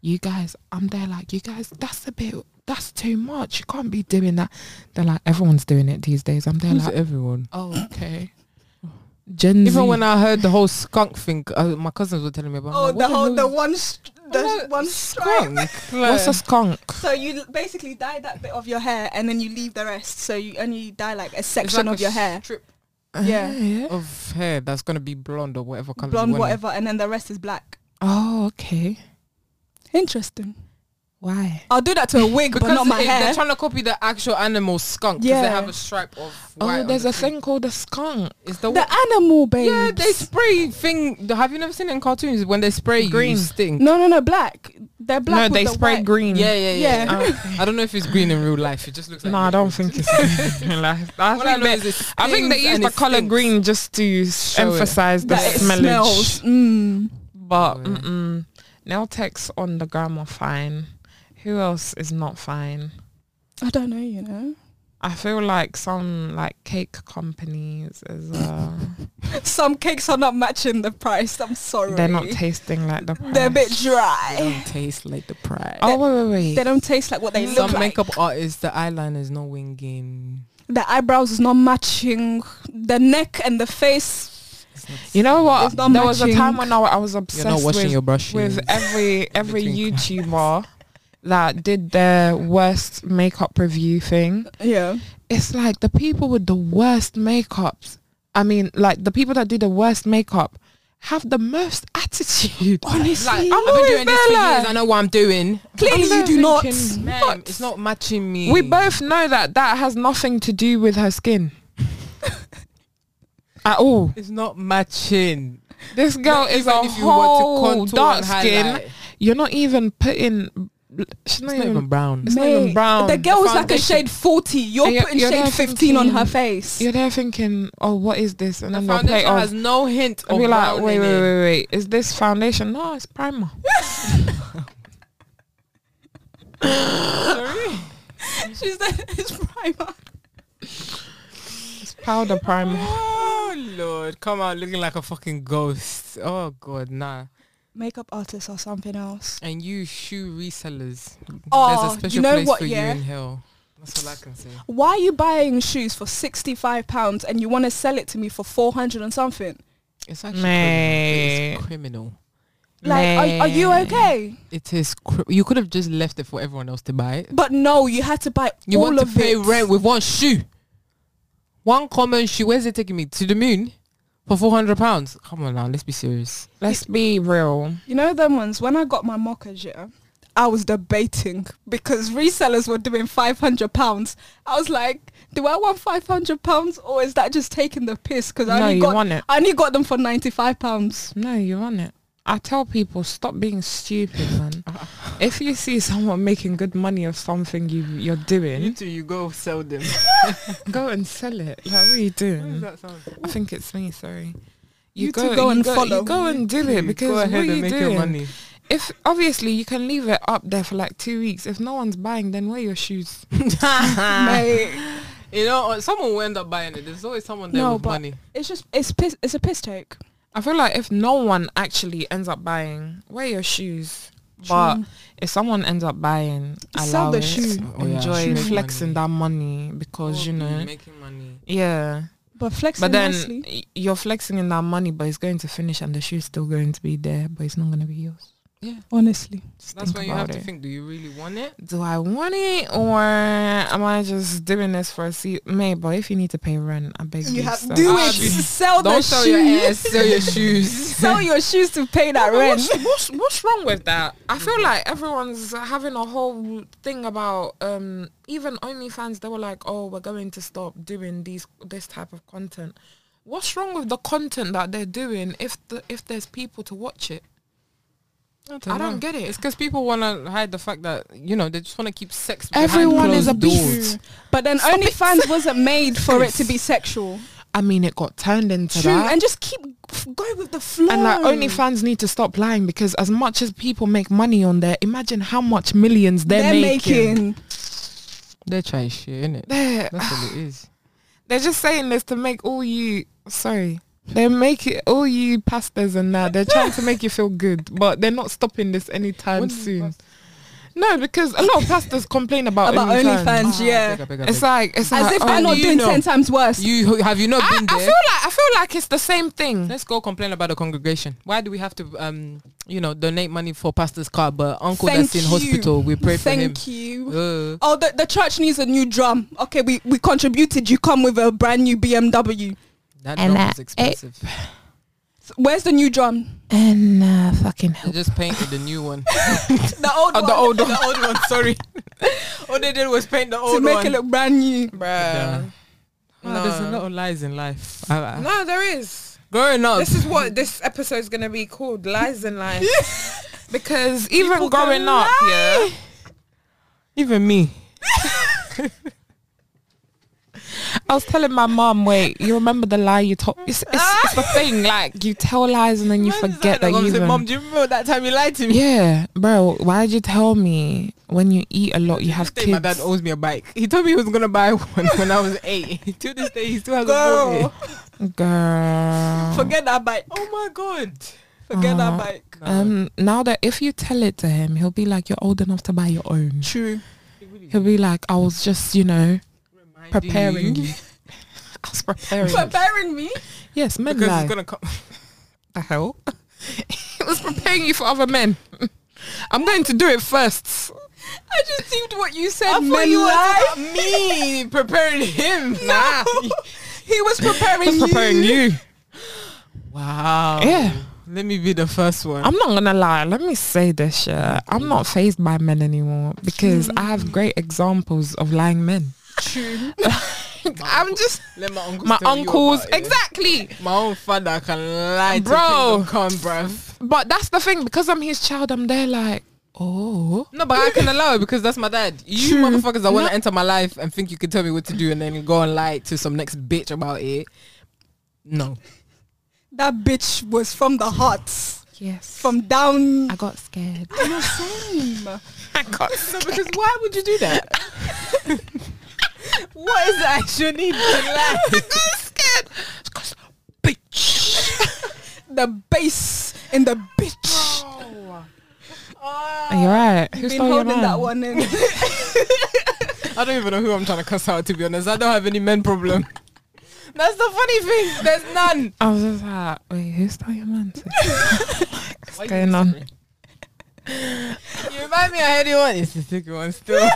Speaker 2: you guys. I'm there like you guys. That's a bit. That's too much. You can't be doing that. They're like everyone's doing it these days. I'm there
Speaker 3: Who's
Speaker 2: like
Speaker 3: everyone.
Speaker 2: oh okay. Gen Z.
Speaker 3: Even when I heard the whole skunk thing, uh, my cousins were telling me about. I'm
Speaker 4: Oh,
Speaker 3: like,
Speaker 4: the
Speaker 3: what
Speaker 4: whole the
Speaker 3: hell
Speaker 4: one, st- the
Speaker 3: I'm like,
Speaker 4: one
Speaker 2: [laughs]
Speaker 3: is
Speaker 4: stripe.
Speaker 3: skunk.
Speaker 2: what's a skunk?
Speaker 4: So you l- basically dye that bit of your hair, and then you leave the rest. So you only dye like a
Speaker 3: It's
Speaker 4: section
Speaker 3: like
Speaker 4: of
Speaker 3: a
Speaker 4: your hair,
Speaker 3: strip
Speaker 4: Yeah.
Speaker 2: yeah.
Speaker 3: of hair that's gonna be blonde or whatever color.
Speaker 4: blonde, whatever, and then the rest is black.
Speaker 2: Oh okay.
Speaker 4: Interesting.
Speaker 2: Why?
Speaker 4: I'll do that to a wig,
Speaker 3: Because
Speaker 4: but not my
Speaker 3: it-
Speaker 4: hair.
Speaker 3: they're trying to copy the actual animal skunk because they
Speaker 4: Yeah.
Speaker 3: have a stripe of. white
Speaker 2: Oh,
Speaker 3: on
Speaker 2: there's
Speaker 3: the
Speaker 2: a thing called a skunk.
Speaker 3: It's the,
Speaker 4: the animal, babe.
Speaker 3: yeah they spray thing. the- Have you never seen it in cartoons when they spray you,
Speaker 2: Green.
Speaker 3: you stink?
Speaker 4: no, no, no, black. They're black.
Speaker 2: no,
Speaker 4: with
Speaker 2: they
Speaker 4: the
Speaker 2: spray
Speaker 4: white.
Speaker 2: green.
Speaker 4: [laughs]
Speaker 3: Yeah, yeah, yeah. Um,
Speaker 4: Yeah.
Speaker 3: I don't know if it's green in real life. It just looks
Speaker 2: [laughs]
Speaker 3: like.
Speaker 2: No, I don't think it's. [laughs] I
Speaker 3: What I
Speaker 2: think
Speaker 3: know
Speaker 2: they,
Speaker 3: is it
Speaker 2: I think they
Speaker 3: stings
Speaker 2: use
Speaker 3: and
Speaker 2: the
Speaker 3: it
Speaker 2: color
Speaker 3: stinks.
Speaker 2: green just to
Speaker 3: it.
Speaker 2: emphasize the
Speaker 4: That it
Speaker 2: smellage.
Speaker 4: smells. Mm.
Speaker 2: But
Speaker 3: Yeah.
Speaker 2: mm-mm. nail techs on the gram are fine. Who else is not fine?
Speaker 4: I don't know, you know.
Speaker 2: I feel like some like cake companies is
Speaker 4: [laughs]
Speaker 2: uh,
Speaker 4: Some cakes are not matching the price. I'm sorry.
Speaker 2: they're not tasting like the.
Speaker 4: They're a bit
Speaker 2: price.
Speaker 3: They
Speaker 4: dry.
Speaker 3: don't taste like the pride.
Speaker 2: Oh wait, wait, wait.
Speaker 4: They don't taste like what they
Speaker 3: Some
Speaker 4: look like.
Speaker 3: makeup artists, the eyeliner is not winging.
Speaker 4: The eyebrows is not matching. The neck and the face.
Speaker 3: It's not-
Speaker 2: you know what?
Speaker 4: It's
Speaker 2: There
Speaker 4: not
Speaker 2: was a
Speaker 4: matching.
Speaker 2: time when I, I was
Speaker 3: You're
Speaker 2: obsessed
Speaker 3: not washing
Speaker 2: with
Speaker 3: your brushes.
Speaker 2: with
Speaker 3: [laughs]
Speaker 2: every every
Speaker 3: between class.
Speaker 2: YouTuber that did their worst makeup review thing.
Speaker 4: Yeah.
Speaker 2: It's like the people with the worst makeups. I mean, like the people that do the worst makeup have the most
Speaker 3: [laughs]
Speaker 2: attitude.
Speaker 3: Like,
Speaker 2: Honestly,
Speaker 3: I've been doing this for years. I know what I'm doing.
Speaker 4: Clearly
Speaker 2: I'm
Speaker 4: you do not.
Speaker 2: thinking,
Speaker 3: Ma'am,
Speaker 2: what?
Speaker 3: it's not matching me.
Speaker 2: We both know that that has nothing to do with her
Speaker 3: [laughs]
Speaker 2: skin at all.
Speaker 3: It's not matching.
Speaker 2: This girl
Speaker 3: Not
Speaker 2: is
Speaker 3: even
Speaker 2: a
Speaker 3: if you were to
Speaker 2: whole
Speaker 3: contour
Speaker 2: dark
Speaker 3: and
Speaker 2: skin.
Speaker 3: highlight.
Speaker 2: You're not even putting. She's not,
Speaker 3: It's not
Speaker 2: even.
Speaker 3: even brown.
Speaker 2: It's not even
Speaker 4: Mate,
Speaker 2: brown.
Speaker 4: The girl was like a
Speaker 3: foundation-
Speaker 4: shade 40. You're
Speaker 2: And you're-
Speaker 4: putting
Speaker 2: you're
Speaker 4: shade
Speaker 2: there
Speaker 4: 15 on her
Speaker 2: thinking-
Speaker 4: face.
Speaker 2: You're there thinking, oh, what is this? And
Speaker 3: The
Speaker 2: then they'll play it
Speaker 3: foundation
Speaker 2: off.
Speaker 3: has no hint
Speaker 2: I'll
Speaker 3: of
Speaker 2: be like,
Speaker 3: brown
Speaker 2: wait,
Speaker 3: in
Speaker 2: wait,
Speaker 3: it.
Speaker 2: wait, wait. Is this foundation? No, it's primer.
Speaker 4: [laughs] She's there. [laughs] It's primer.
Speaker 2: It's powder primer.
Speaker 3: [laughs] Oh lord, come out looking like a fucking ghost. Oh god, nah.
Speaker 4: Makeup artists or something else.
Speaker 3: And you shoe resellers, there's
Speaker 4: Oh,
Speaker 3: a special
Speaker 4: you know
Speaker 3: place
Speaker 4: what,
Speaker 3: for
Speaker 4: yeah?
Speaker 3: you in hell. That's all I can say.
Speaker 4: Why are you buying shoes for 65 pounds and you want to sell it to me for 400 and something?
Speaker 3: It's actually
Speaker 2: Mate.
Speaker 3: criminal. It's criminal.
Speaker 4: Like, are, are you
Speaker 2: Man.
Speaker 4: okay?
Speaker 3: It is. Cri- you could have just left it for everyone else to buy it.
Speaker 4: But no, you had to buy
Speaker 3: You
Speaker 4: all
Speaker 3: want to
Speaker 4: of
Speaker 3: pay
Speaker 4: it.
Speaker 3: rent with one shoe, one common shoe. Where's it taking me to the moon for four hundred pounds? Come on now, let's be serious.
Speaker 2: Let's be real.
Speaker 4: You know them ones. When I got my mockers, yeah, I was debating because resellers were doing five hundred pounds. I was like, do I want five hundred pounds or is that just taking the piss? Because I
Speaker 2: No,
Speaker 4: only
Speaker 2: you
Speaker 4: got
Speaker 2: want it.
Speaker 4: I only got them for ninety five pounds.
Speaker 2: No, you're on it. I tell people stop being stupid, man. if you see someone making good money of something you you're doing,
Speaker 3: two, you go sell [laughs] them.
Speaker 2: go and sell it. Like, what are you doing?
Speaker 3: that sound?
Speaker 2: I think it's me. Sorry.
Speaker 4: You two go and follow.
Speaker 2: You go and do it because
Speaker 3: [laughs] go ahead
Speaker 2: what are you
Speaker 3: and make
Speaker 2: doing?
Speaker 3: your [laughs] money.
Speaker 2: If obviously you can leave it up there for like two weeks. If no one's buying, then wear your shoes.
Speaker 4: Mate,
Speaker 3: You know, uh, someone will end up buying it. There's always someone there
Speaker 4: No,
Speaker 3: with
Speaker 4: but-
Speaker 3: money.
Speaker 4: it's just it's piss. It's a piss take.
Speaker 2: I feel like if no one actually ends up buying, wear your shoes. But
Speaker 4: True.
Speaker 2: if someone ends up buying,
Speaker 4: Sell
Speaker 2: allow
Speaker 4: the
Speaker 2: it.
Speaker 4: shoe.
Speaker 3: Oh, yeah,
Speaker 2: Enjoy
Speaker 3: shoe
Speaker 2: flexing that money because you know,
Speaker 3: making money.
Speaker 2: yeah.
Speaker 4: But flexing
Speaker 2: But then
Speaker 4: nicely.
Speaker 2: y- you're flexing in that money, but it's going to finish, and the shoe's still going to be there, but it's not going to be yours.
Speaker 3: Yeah,
Speaker 4: Honestly,
Speaker 3: that's
Speaker 2: think
Speaker 3: when you
Speaker 2: about
Speaker 3: have to
Speaker 2: it.
Speaker 3: think: Do you really want it?
Speaker 2: Do I want it, or am I just doing this for a seat, mate? But if you need to pay rent, I beg you.
Speaker 4: you have
Speaker 2: sir.
Speaker 4: do
Speaker 3: Ah,
Speaker 4: it.
Speaker 3: be-
Speaker 4: Sell the
Speaker 3: Don't sell
Speaker 4: shoe.
Speaker 3: your ass, sell your shoes.
Speaker 4: [laughs] sell your shoes to pay that
Speaker 2: But
Speaker 4: rent.
Speaker 2: What's, what's what's wrong with that? I feel like everyone's having a whole thing about um even OnlyFans. They were like, "Oh, we're going to stop doing these this type of content." What's wrong with the content that they're doing if the if there's people to watch it? I don't
Speaker 3: know.
Speaker 2: get it.
Speaker 3: It's because people want to hide the fact that you know they just want to keep sex. behind
Speaker 2: Everyone is a
Speaker 3: closed doors.
Speaker 2: beast.
Speaker 4: But then OnlyFans wasn't made for it to [laughs] be sexual.
Speaker 2: I mean, it got turned into
Speaker 4: True,
Speaker 2: that.
Speaker 4: and just keep f- going with the flow.
Speaker 2: And like OnlyFans need to stop lying because as much as people make money on there, imagine how much millions they're, making.
Speaker 3: They're trying shit, innit?
Speaker 2: They're-
Speaker 3: That's what it
Speaker 2: [laughs]
Speaker 3: is.
Speaker 2: They're just saying this to make all you sorry. They make it all you pastors and that. They're trying to make you feel good, but they're not stopping this anytime
Speaker 3: When did
Speaker 2: soon.
Speaker 3: past-
Speaker 2: no, because a lot of pastors complain about,
Speaker 4: About
Speaker 2: OnlyFans.
Speaker 4: OnlyFans.
Speaker 3: Ah,
Speaker 4: Yeah.
Speaker 3: bigger, bigger,
Speaker 2: It's
Speaker 3: bigger.
Speaker 2: like it's
Speaker 4: As
Speaker 2: like,
Speaker 4: if
Speaker 2: oh,
Speaker 4: they're not
Speaker 3: do you
Speaker 4: doing
Speaker 3: know?
Speaker 4: ten times worse.
Speaker 3: you have you not
Speaker 2: I,
Speaker 3: been
Speaker 2: I
Speaker 3: there?
Speaker 2: feel like I feel like it's the same thing.
Speaker 3: Let's go complain about the congregation. Why do we have to, um, you know, donate money for pastor's car? But uncle
Speaker 4: Thank
Speaker 3: that's in
Speaker 4: you.
Speaker 3: hospital, we pray for him.
Speaker 4: Thank you.
Speaker 3: Uh,
Speaker 4: Oh, the, the church needs a new drum. Okay, we, we contributed. You come with a brand new BMW.
Speaker 3: that
Speaker 2: And
Speaker 3: drum
Speaker 2: that
Speaker 3: was expensive.
Speaker 4: So where's the new drum?
Speaker 2: And uh, fucking
Speaker 3: They just painted the
Speaker 2: [laughs]
Speaker 3: new one.
Speaker 4: The old
Speaker 3: Oh,
Speaker 4: one.
Speaker 3: the old
Speaker 4: [laughs]
Speaker 3: one. [laughs] the old one. Sorry. All they did was paint the
Speaker 4: to make it look brand new.
Speaker 3: Bruh. Uh, No, Ah, there's a
Speaker 2: No.
Speaker 3: lot of lies in life. I- I-
Speaker 2: No, there is.
Speaker 3: Growing up,
Speaker 2: This is what this episode's gonna be called: lies and lies. [laughs] Because even
Speaker 3: People can
Speaker 2: growing up, yeah,
Speaker 3: even me.
Speaker 2: I was telling my mom, "Wait, you remember the lie you told? It's, it's, it's the thing. Like you tell lies and then you forget that you even.
Speaker 3: Mom, do you remember that time you lied to [laughs] me?
Speaker 2: yeah, bro. Why did you tell me when you eat a lot you have
Speaker 3: Day my
Speaker 2: kids?
Speaker 3: dad owes me a bike. He told me he was gonna buy [laughs] one when I was eight. [laughs] to this day, he still hasn't bought
Speaker 4: Girl,
Speaker 3: it.
Speaker 2: Girl,
Speaker 4: forget that bike.
Speaker 3: Oh my god!
Speaker 4: Forget
Speaker 2: Uh,
Speaker 4: that bike.
Speaker 2: Um, now that if you tell it to him, he'll be like, "You're old enough to buy your own."
Speaker 4: True.
Speaker 2: He'll be like, "I was just, you know,
Speaker 3: Reminding
Speaker 2: preparing."
Speaker 3: [laughs] you.
Speaker 2: I was preparing.
Speaker 4: Preparing me.
Speaker 2: yes, midlife. [laughs]
Speaker 3: because it's gonna come. [laughs]
Speaker 2: the hell? it was preparing you for other men. [laughs] I'm going to do it first.
Speaker 4: I just seemed what you said.
Speaker 3: I thought
Speaker 4: men
Speaker 3: you were
Speaker 4: lie.
Speaker 3: talking about me preparing him. Nah,
Speaker 4: He was preparing
Speaker 2: Just
Speaker 4: you.
Speaker 2: preparing you.
Speaker 3: Wow.
Speaker 2: Yeah.
Speaker 3: Let me be the first one.
Speaker 2: I'm not gonna lie. Let me say this, yeah. I'm not phased by men anymore because
Speaker 4: Mm.
Speaker 2: I have great examples of lying
Speaker 4: [laughs]
Speaker 2: men.
Speaker 4: True.
Speaker 2: I'm just
Speaker 3: Let my uncles.
Speaker 2: my
Speaker 3: tell you
Speaker 2: uncles,
Speaker 3: about it.
Speaker 2: exactly.
Speaker 3: My own father can lie,
Speaker 2: Bro.
Speaker 3: To come, bruv.
Speaker 2: But that's the thing because I'm his child. I'm there like, oh,
Speaker 3: No, but I can allow it because that's my dad. You
Speaker 2: True.
Speaker 3: motherfuckers that want
Speaker 2: No.
Speaker 3: to enter my life and think you can tell me what to do and then go and lie to some next bitch about it. No.
Speaker 4: That bitch was from the hearts,
Speaker 2: yes.
Speaker 4: from down.
Speaker 2: I got scared.
Speaker 3: I can't. No, because why would you do [laughs] that? what is the actual need to lie? [laughs]
Speaker 2: scared. bitch.
Speaker 4: [laughs] the bass in the bitch.
Speaker 3: Oh.
Speaker 2: Are you right? Who
Speaker 4: Been
Speaker 2: stole your
Speaker 4: holding
Speaker 2: man?
Speaker 4: that one in.
Speaker 3: I don't even know who I'm trying to cuss out, to be honest. I don't have any men problem. That's the funny thing. There's none.
Speaker 2: I was just like, wait, who stole your
Speaker 4: [laughs]
Speaker 2: man? What's going on?
Speaker 3: You remind me I had you on. It's the second one [laughs] still.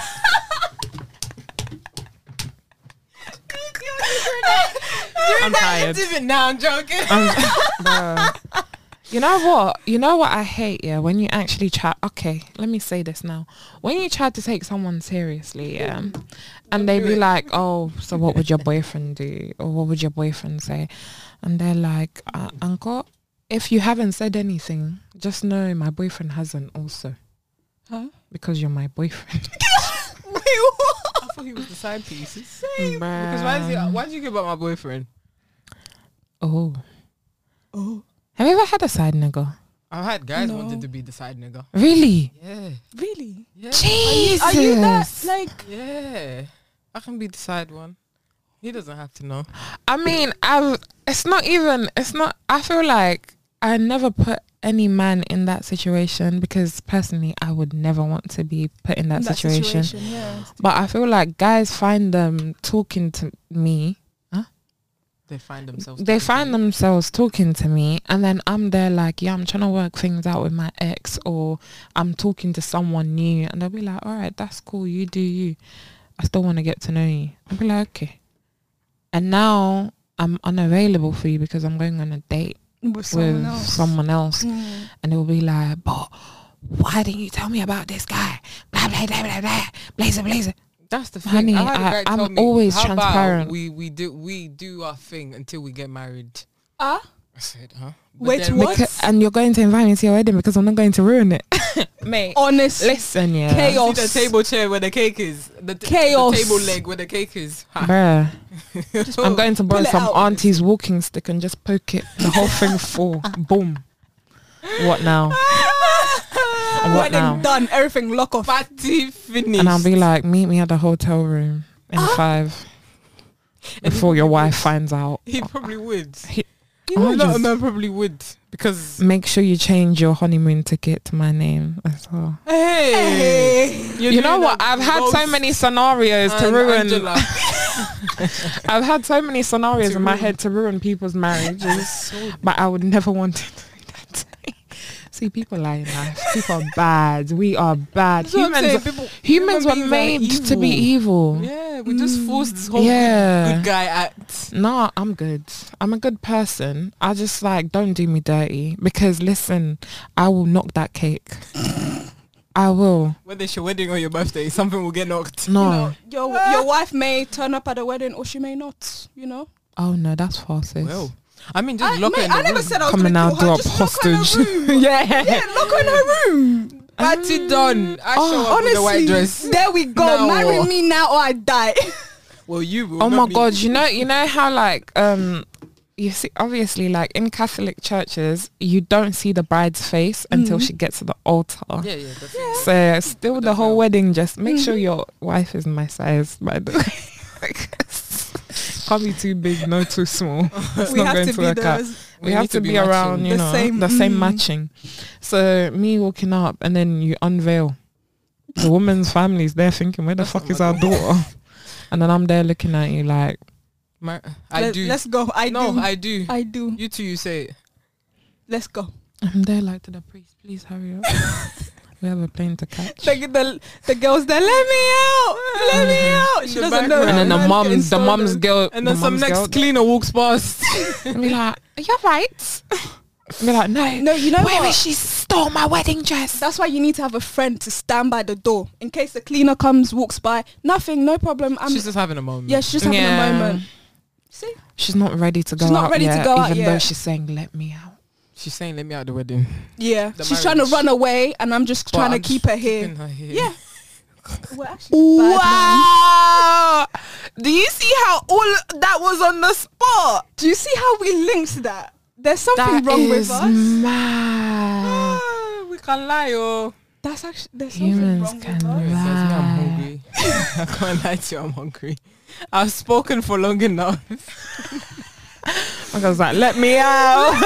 Speaker 2: I'm tired.
Speaker 3: Even now, I'm [laughs] joking.
Speaker 2: Um, Bruh. You know what? You know what I hate, yeah? When you actually try okay, let me say this now. When you try to take someone seriously, yeah, and they be like, Oh, so what would your boyfriend do? Or what would your boyfriend say? And they're like, uh, Uncle, if you haven't said anything, just know my boyfriend hasn't also.
Speaker 4: Huh?
Speaker 2: Because you're my boyfriend. [laughs]
Speaker 4: Wait, what?
Speaker 3: I thought he was the side piece. Because
Speaker 2: Because
Speaker 3: why is he, why did you care about my boyfriend?
Speaker 2: Oh.
Speaker 4: Oh,
Speaker 2: Have you ever had a side nigga?
Speaker 3: I've had guys
Speaker 4: No.
Speaker 3: wanted to be the side nigga.
Speaker 2: Really?
Speaker 3: Yeah.
Speaker 4: really?
Speaker 3: Yeah.
Speaker 2: Jesus.
Speaker 4: Are you that like?
Speaker 3: Yeah. I can be the side one. He doesn't have to know.
Speaker 2: I mean, I've. It's not even. It's not. I feel like I never put any man in that situation because personally, I would never want to be put in that,
Speaker 4: in that
Speaker 2: situation.
Speaker 4: yeah.
Speaker 2: But I feel like guys find them talking to me.
Speaker 3: They find themselves.
Speaker 2: They find themselves talking to me, and then I'm there like, yeah, I'm trying to work things out with my ex, or I'm talking to someone new, and they'll be like, all right, that's cool, you do you. I still want to get to know you. I'll be like, okay. And now I'm unavailable for you because I'm going on a date.
Speaker 4: With someone
Speaker 2: with
Speaker 4: else.
Speaker 2: someone else
Speaker 4: Mm.
Speaker 2: and they'll be like, but why didn't you tell me about this guy? Blah, blah, blah, blah, blah. Blazer, blazer.
Speaker 3: That's the thing.
Speaker 2: Honey,
Speaker 3: I had a
Speaker 2: I-
Speaker 3: guy
Speaker 2: I'm
Speaker 3: tell me,
Speaker 2: always
Speaker 3: "How about
Speaker 2: transparent."
Speaker 3: We we do we do our thing until we get married.
Speaker 4: Ah,
Speaker 3: I said, huh?
Speaker 4: Wait, what?
Speaker 2: Because, and you're going to invite me to your wedding because I'm not going to ruin it. [laughs] Mate,
Speaker 4: honest.
Speaker 2: listen, yeah.
Speaker 4: Chaos.
Speaker 3: See the table chair where the cake is. The, t-
Speaker 4: Chaos.
Speaker 3: The table leg where the cake is. Ha.
Speaker 2: Bruh,
Speaker 3: [laughs]
Speaker 4: Just
Speaker 2: I'm going to borrow
Speaker 4: Pull it
Speaker 2: some
Speaker 4: out.
Speaker 2: auntie's walking stick and just poke it. The whole
Speaker 3: [laughs]
Speaker 2: thing full. Boom. What now?
Speaker 4: Ah,
Speaker 2: What
Speaker 4: Wedding
Speaker 2: now?
Speaker 4: done. Everything lock off.
Speaker 3: Party finished.
Speaker 2: And I'll be like, meet me at the hotel room in five
Speaker 3: Ah. And he
Speaker 2: before your
Speaker 3: probably
Speaker 2: wife
Speaker 3: would.
Speaker 2: finds out.
Speaker 3: He probably would.
Speaker 2: [laughs] He-
Speaker 3: you
Speaker 2: I'm
Speaker 3: know, a lot
Speaker 2: just-
Speaker 3: of men probably would because
Speaker 2: Make sure you change your honeymoon ticket to my name as well.
Speaker 3: hey,
Speaker 4: Hey.
Speaker 3: you're
Speaker 2: you know
Speaker 3: doing
Speaker 2: what?
Speaker 3: that
Speaker 2: I've had so
Speaker 3: roast
Speaker 2: many scenarios to
Speaker 3: and
Speaker 2: ruin.
Speaker 3: Angela.
Speaker 2: [laughs] I've had so many scenarios
Speaker 3: To
Speaker 2: in my
Speaker 3: ruin.
Speaker 2: head to ruin people's marriages,
Speaker 3: So
Speaker 2: but I would never want to do that. [laughs] See, people lie in life. People are bad. We are bad.
Speaker 3: [laughs] That's what I'm saying,
Speaker 2: Humans,
Speaker 3: people-
Speaker 2: humans were
Speaker 3: human
Speaker 2: made
Speaker 3: beings are
Speaker 2: to be evil. Mm,
Speaker 3: Yeah, we just forced this whole
Speaker 2: Yeah.
Speaker 3: good, good guy act.
Speaker 2: No, I'm good. I'm a good person. I just like don't do me dirty because listen, I will knock that
Speaker 3: [laughs]
Speaker 2: cake. I will.
Speaker 3: Whether it's your wedding or your birthday, something will get knocked.
Speaker 2: No.
Speaker 4: No, your your wife may turn up at a wedding or she may not. You know.
Speaker 2: Oh no, that's false.
Speaker 3: Well, I mean, just
Speaker 4: I,
Speaker 3: lock her
Speaker 4: mate,
Speaker 3: in the
Speaker 4: I never
Speaker 3: room.
Speaker 4: said I was
Speaker 2: Come and
Speaker 4: gonna
Speaker 2: now
Speaker 4: kill her.
Speaker 2: drop
Speaker 4: Just lock her in her
Speaker 2: hostage.
Speaker 4: room.
Speaker 2: [laughs] yeah.
Speaker 4: Yeah, lock her in her room.
Speaker 3: Party
Speaker 2: Mm.
Speaker 3: done. I
Speaker 2: Oh,
Speaker 3: show up
Speaker 4: Honestly,
Speaker 3: in a white dress.
Speaker 4: there we go.
Speaker 3: Now
Speaker 4: Marry
Speaker 3: what?
Speaker 4: me now or I die.
Speaker 3: Well, you will.
Speaker 2: Oh
Speaker 3: not
Speaker 2: my
Speaker 3: me.
Speaker 2: god, you know you know how like um you see obviously like in Catholic churches you don't see the bride's face until
Speaker 3: Mm.
Speaker 2: she gets to the altar.
Speaker 3: Yeah, yeah, that's it.
Speaker 2: So still the whole
Speaker 3: well.
Speaker 2: wedding just make sure your wife is my size by the way. [laughs] Like, Can't be too big, no too small. It's
Speaker 4: [laughs] we
Speaker 2: not
Speaker 4: have
Speaker 2: going
Speaker 4: to
Speaker 2: to
Speaker 4: be
Speaker 2: work out.
Speaker 4: the
Speaker 2: We, have
Speaker 3: need
Speaker 2: to be,
Speaker 3: matching.
Speaker 2: around, you
Speaker 4: The
Speaker 2: know,
Speaker 4: same-
Speaker 2: the same
Speaker 4: mm.
Speaker 2: matching. So me walking up and then you unveil. The woman's family's there thinking, where the
Speaker 3: That's
Speaker 2: fuck
Speaker 3: not
Speaker 2: is
Speaker 3: my
Speaker 2: our daughter? And then I'm there looking at you like,
Speaker 3: My, I
Speaker 4: Let-
Speaker 3: do.
Speaker 4: Let's go. I
Speaker 3: no,
Speaker 4: do. I,
Speaker 3: I do.
Speaker 4: do.
Speaker 3: You two, you say it.
Speaker 4: Let's go.
Speaker 2: I'm there like to the priest, please hurry up. We have a plane to catch.
Speaker 4: [laughs] the, the, the girls there, let me out, let
Speaker 2: [laughs]
Speaker 4: me out. She
Speaker 3: The
Speaker 4: doesn't know.
Speaker 3: background.
Speaker 2: and then the
Speaker 3: Man's getting
Speaker 2: mum's the mum's
Speaker 3: stolen.
Speaker 2: girl
Speaker 3: And then
Speaker 2: the
Speaker 3: some
Speaker 2: mum's
Speaker 3: next
Speaker 2: girl-
Speaker 3: cleaner walks
Speaker 2: [laughs]
Speaker 3: past.
Speaker 2: and be like, "Are you right?" be like, "No,
Speaker 4: No, you know
Speaker 2: Where
Speaker 4: what?
Speaker 2: is she? Stole my wedding dress."
Speaker 4: That's why you need to have a friend to stand by the door in case the cleaner comes, walks by. Nothing, no problem. I'm
Speaker 3: She's just having a moment.
Speaker 4: yeah, she's just having
Speaker 2: Yeah.
Speaker 4: a moment. See,
Speaker 2: She's not ready to go.
Speaker 4: She's not
Speaker 2: out
Speaker 4: ready to
Speaker 2: yet,
Speaker 4: go out
Speaker 2: even
Speaker 4: yet.
Speaker 2: though she's saying, "Let me out."
Speaker 3: She's saying, "Let me out the wedding."
Speaker 4: yeah,
Speaker 3: The
Speaker 4: she's trying to
Speaker 3: marriage.
Speaker 4: run away, and I'm just
Speaker 3: But
Speaker 4: trying
Speaker 3: I'm
Speaker 4: to keep her
Speaker 3: keeping
Speaker 4: here.
Speaker 3: her here. [laughs]
Speaker 4: Yeah. We're actually bad man.
Speaker 2: Wow! Do you see how all that was on the spot?
Speaker 4: Do you see how we linked that? There's something
Speaker 2: That
Speaker 4: wrong
Speaker 2: is
Speaker 4: with us.
Speaker 2: mad.
Speaker 4: [gasps]
Speaker 3: Ah, we can lie, oh.
Speaker 4: That's actually there's something
Speaker 2: Humans
Speaker 4: wrong
Speaker 2: can
Speaker 4: with us.
Speaker 3: Guys, me, I'm
Speaker 2: lie.
Speaker 3: hungry. [laughs] I can't lie to you. I'm hungry. I've spoken for long enough.
Speaker 2: I was like, "Let me out."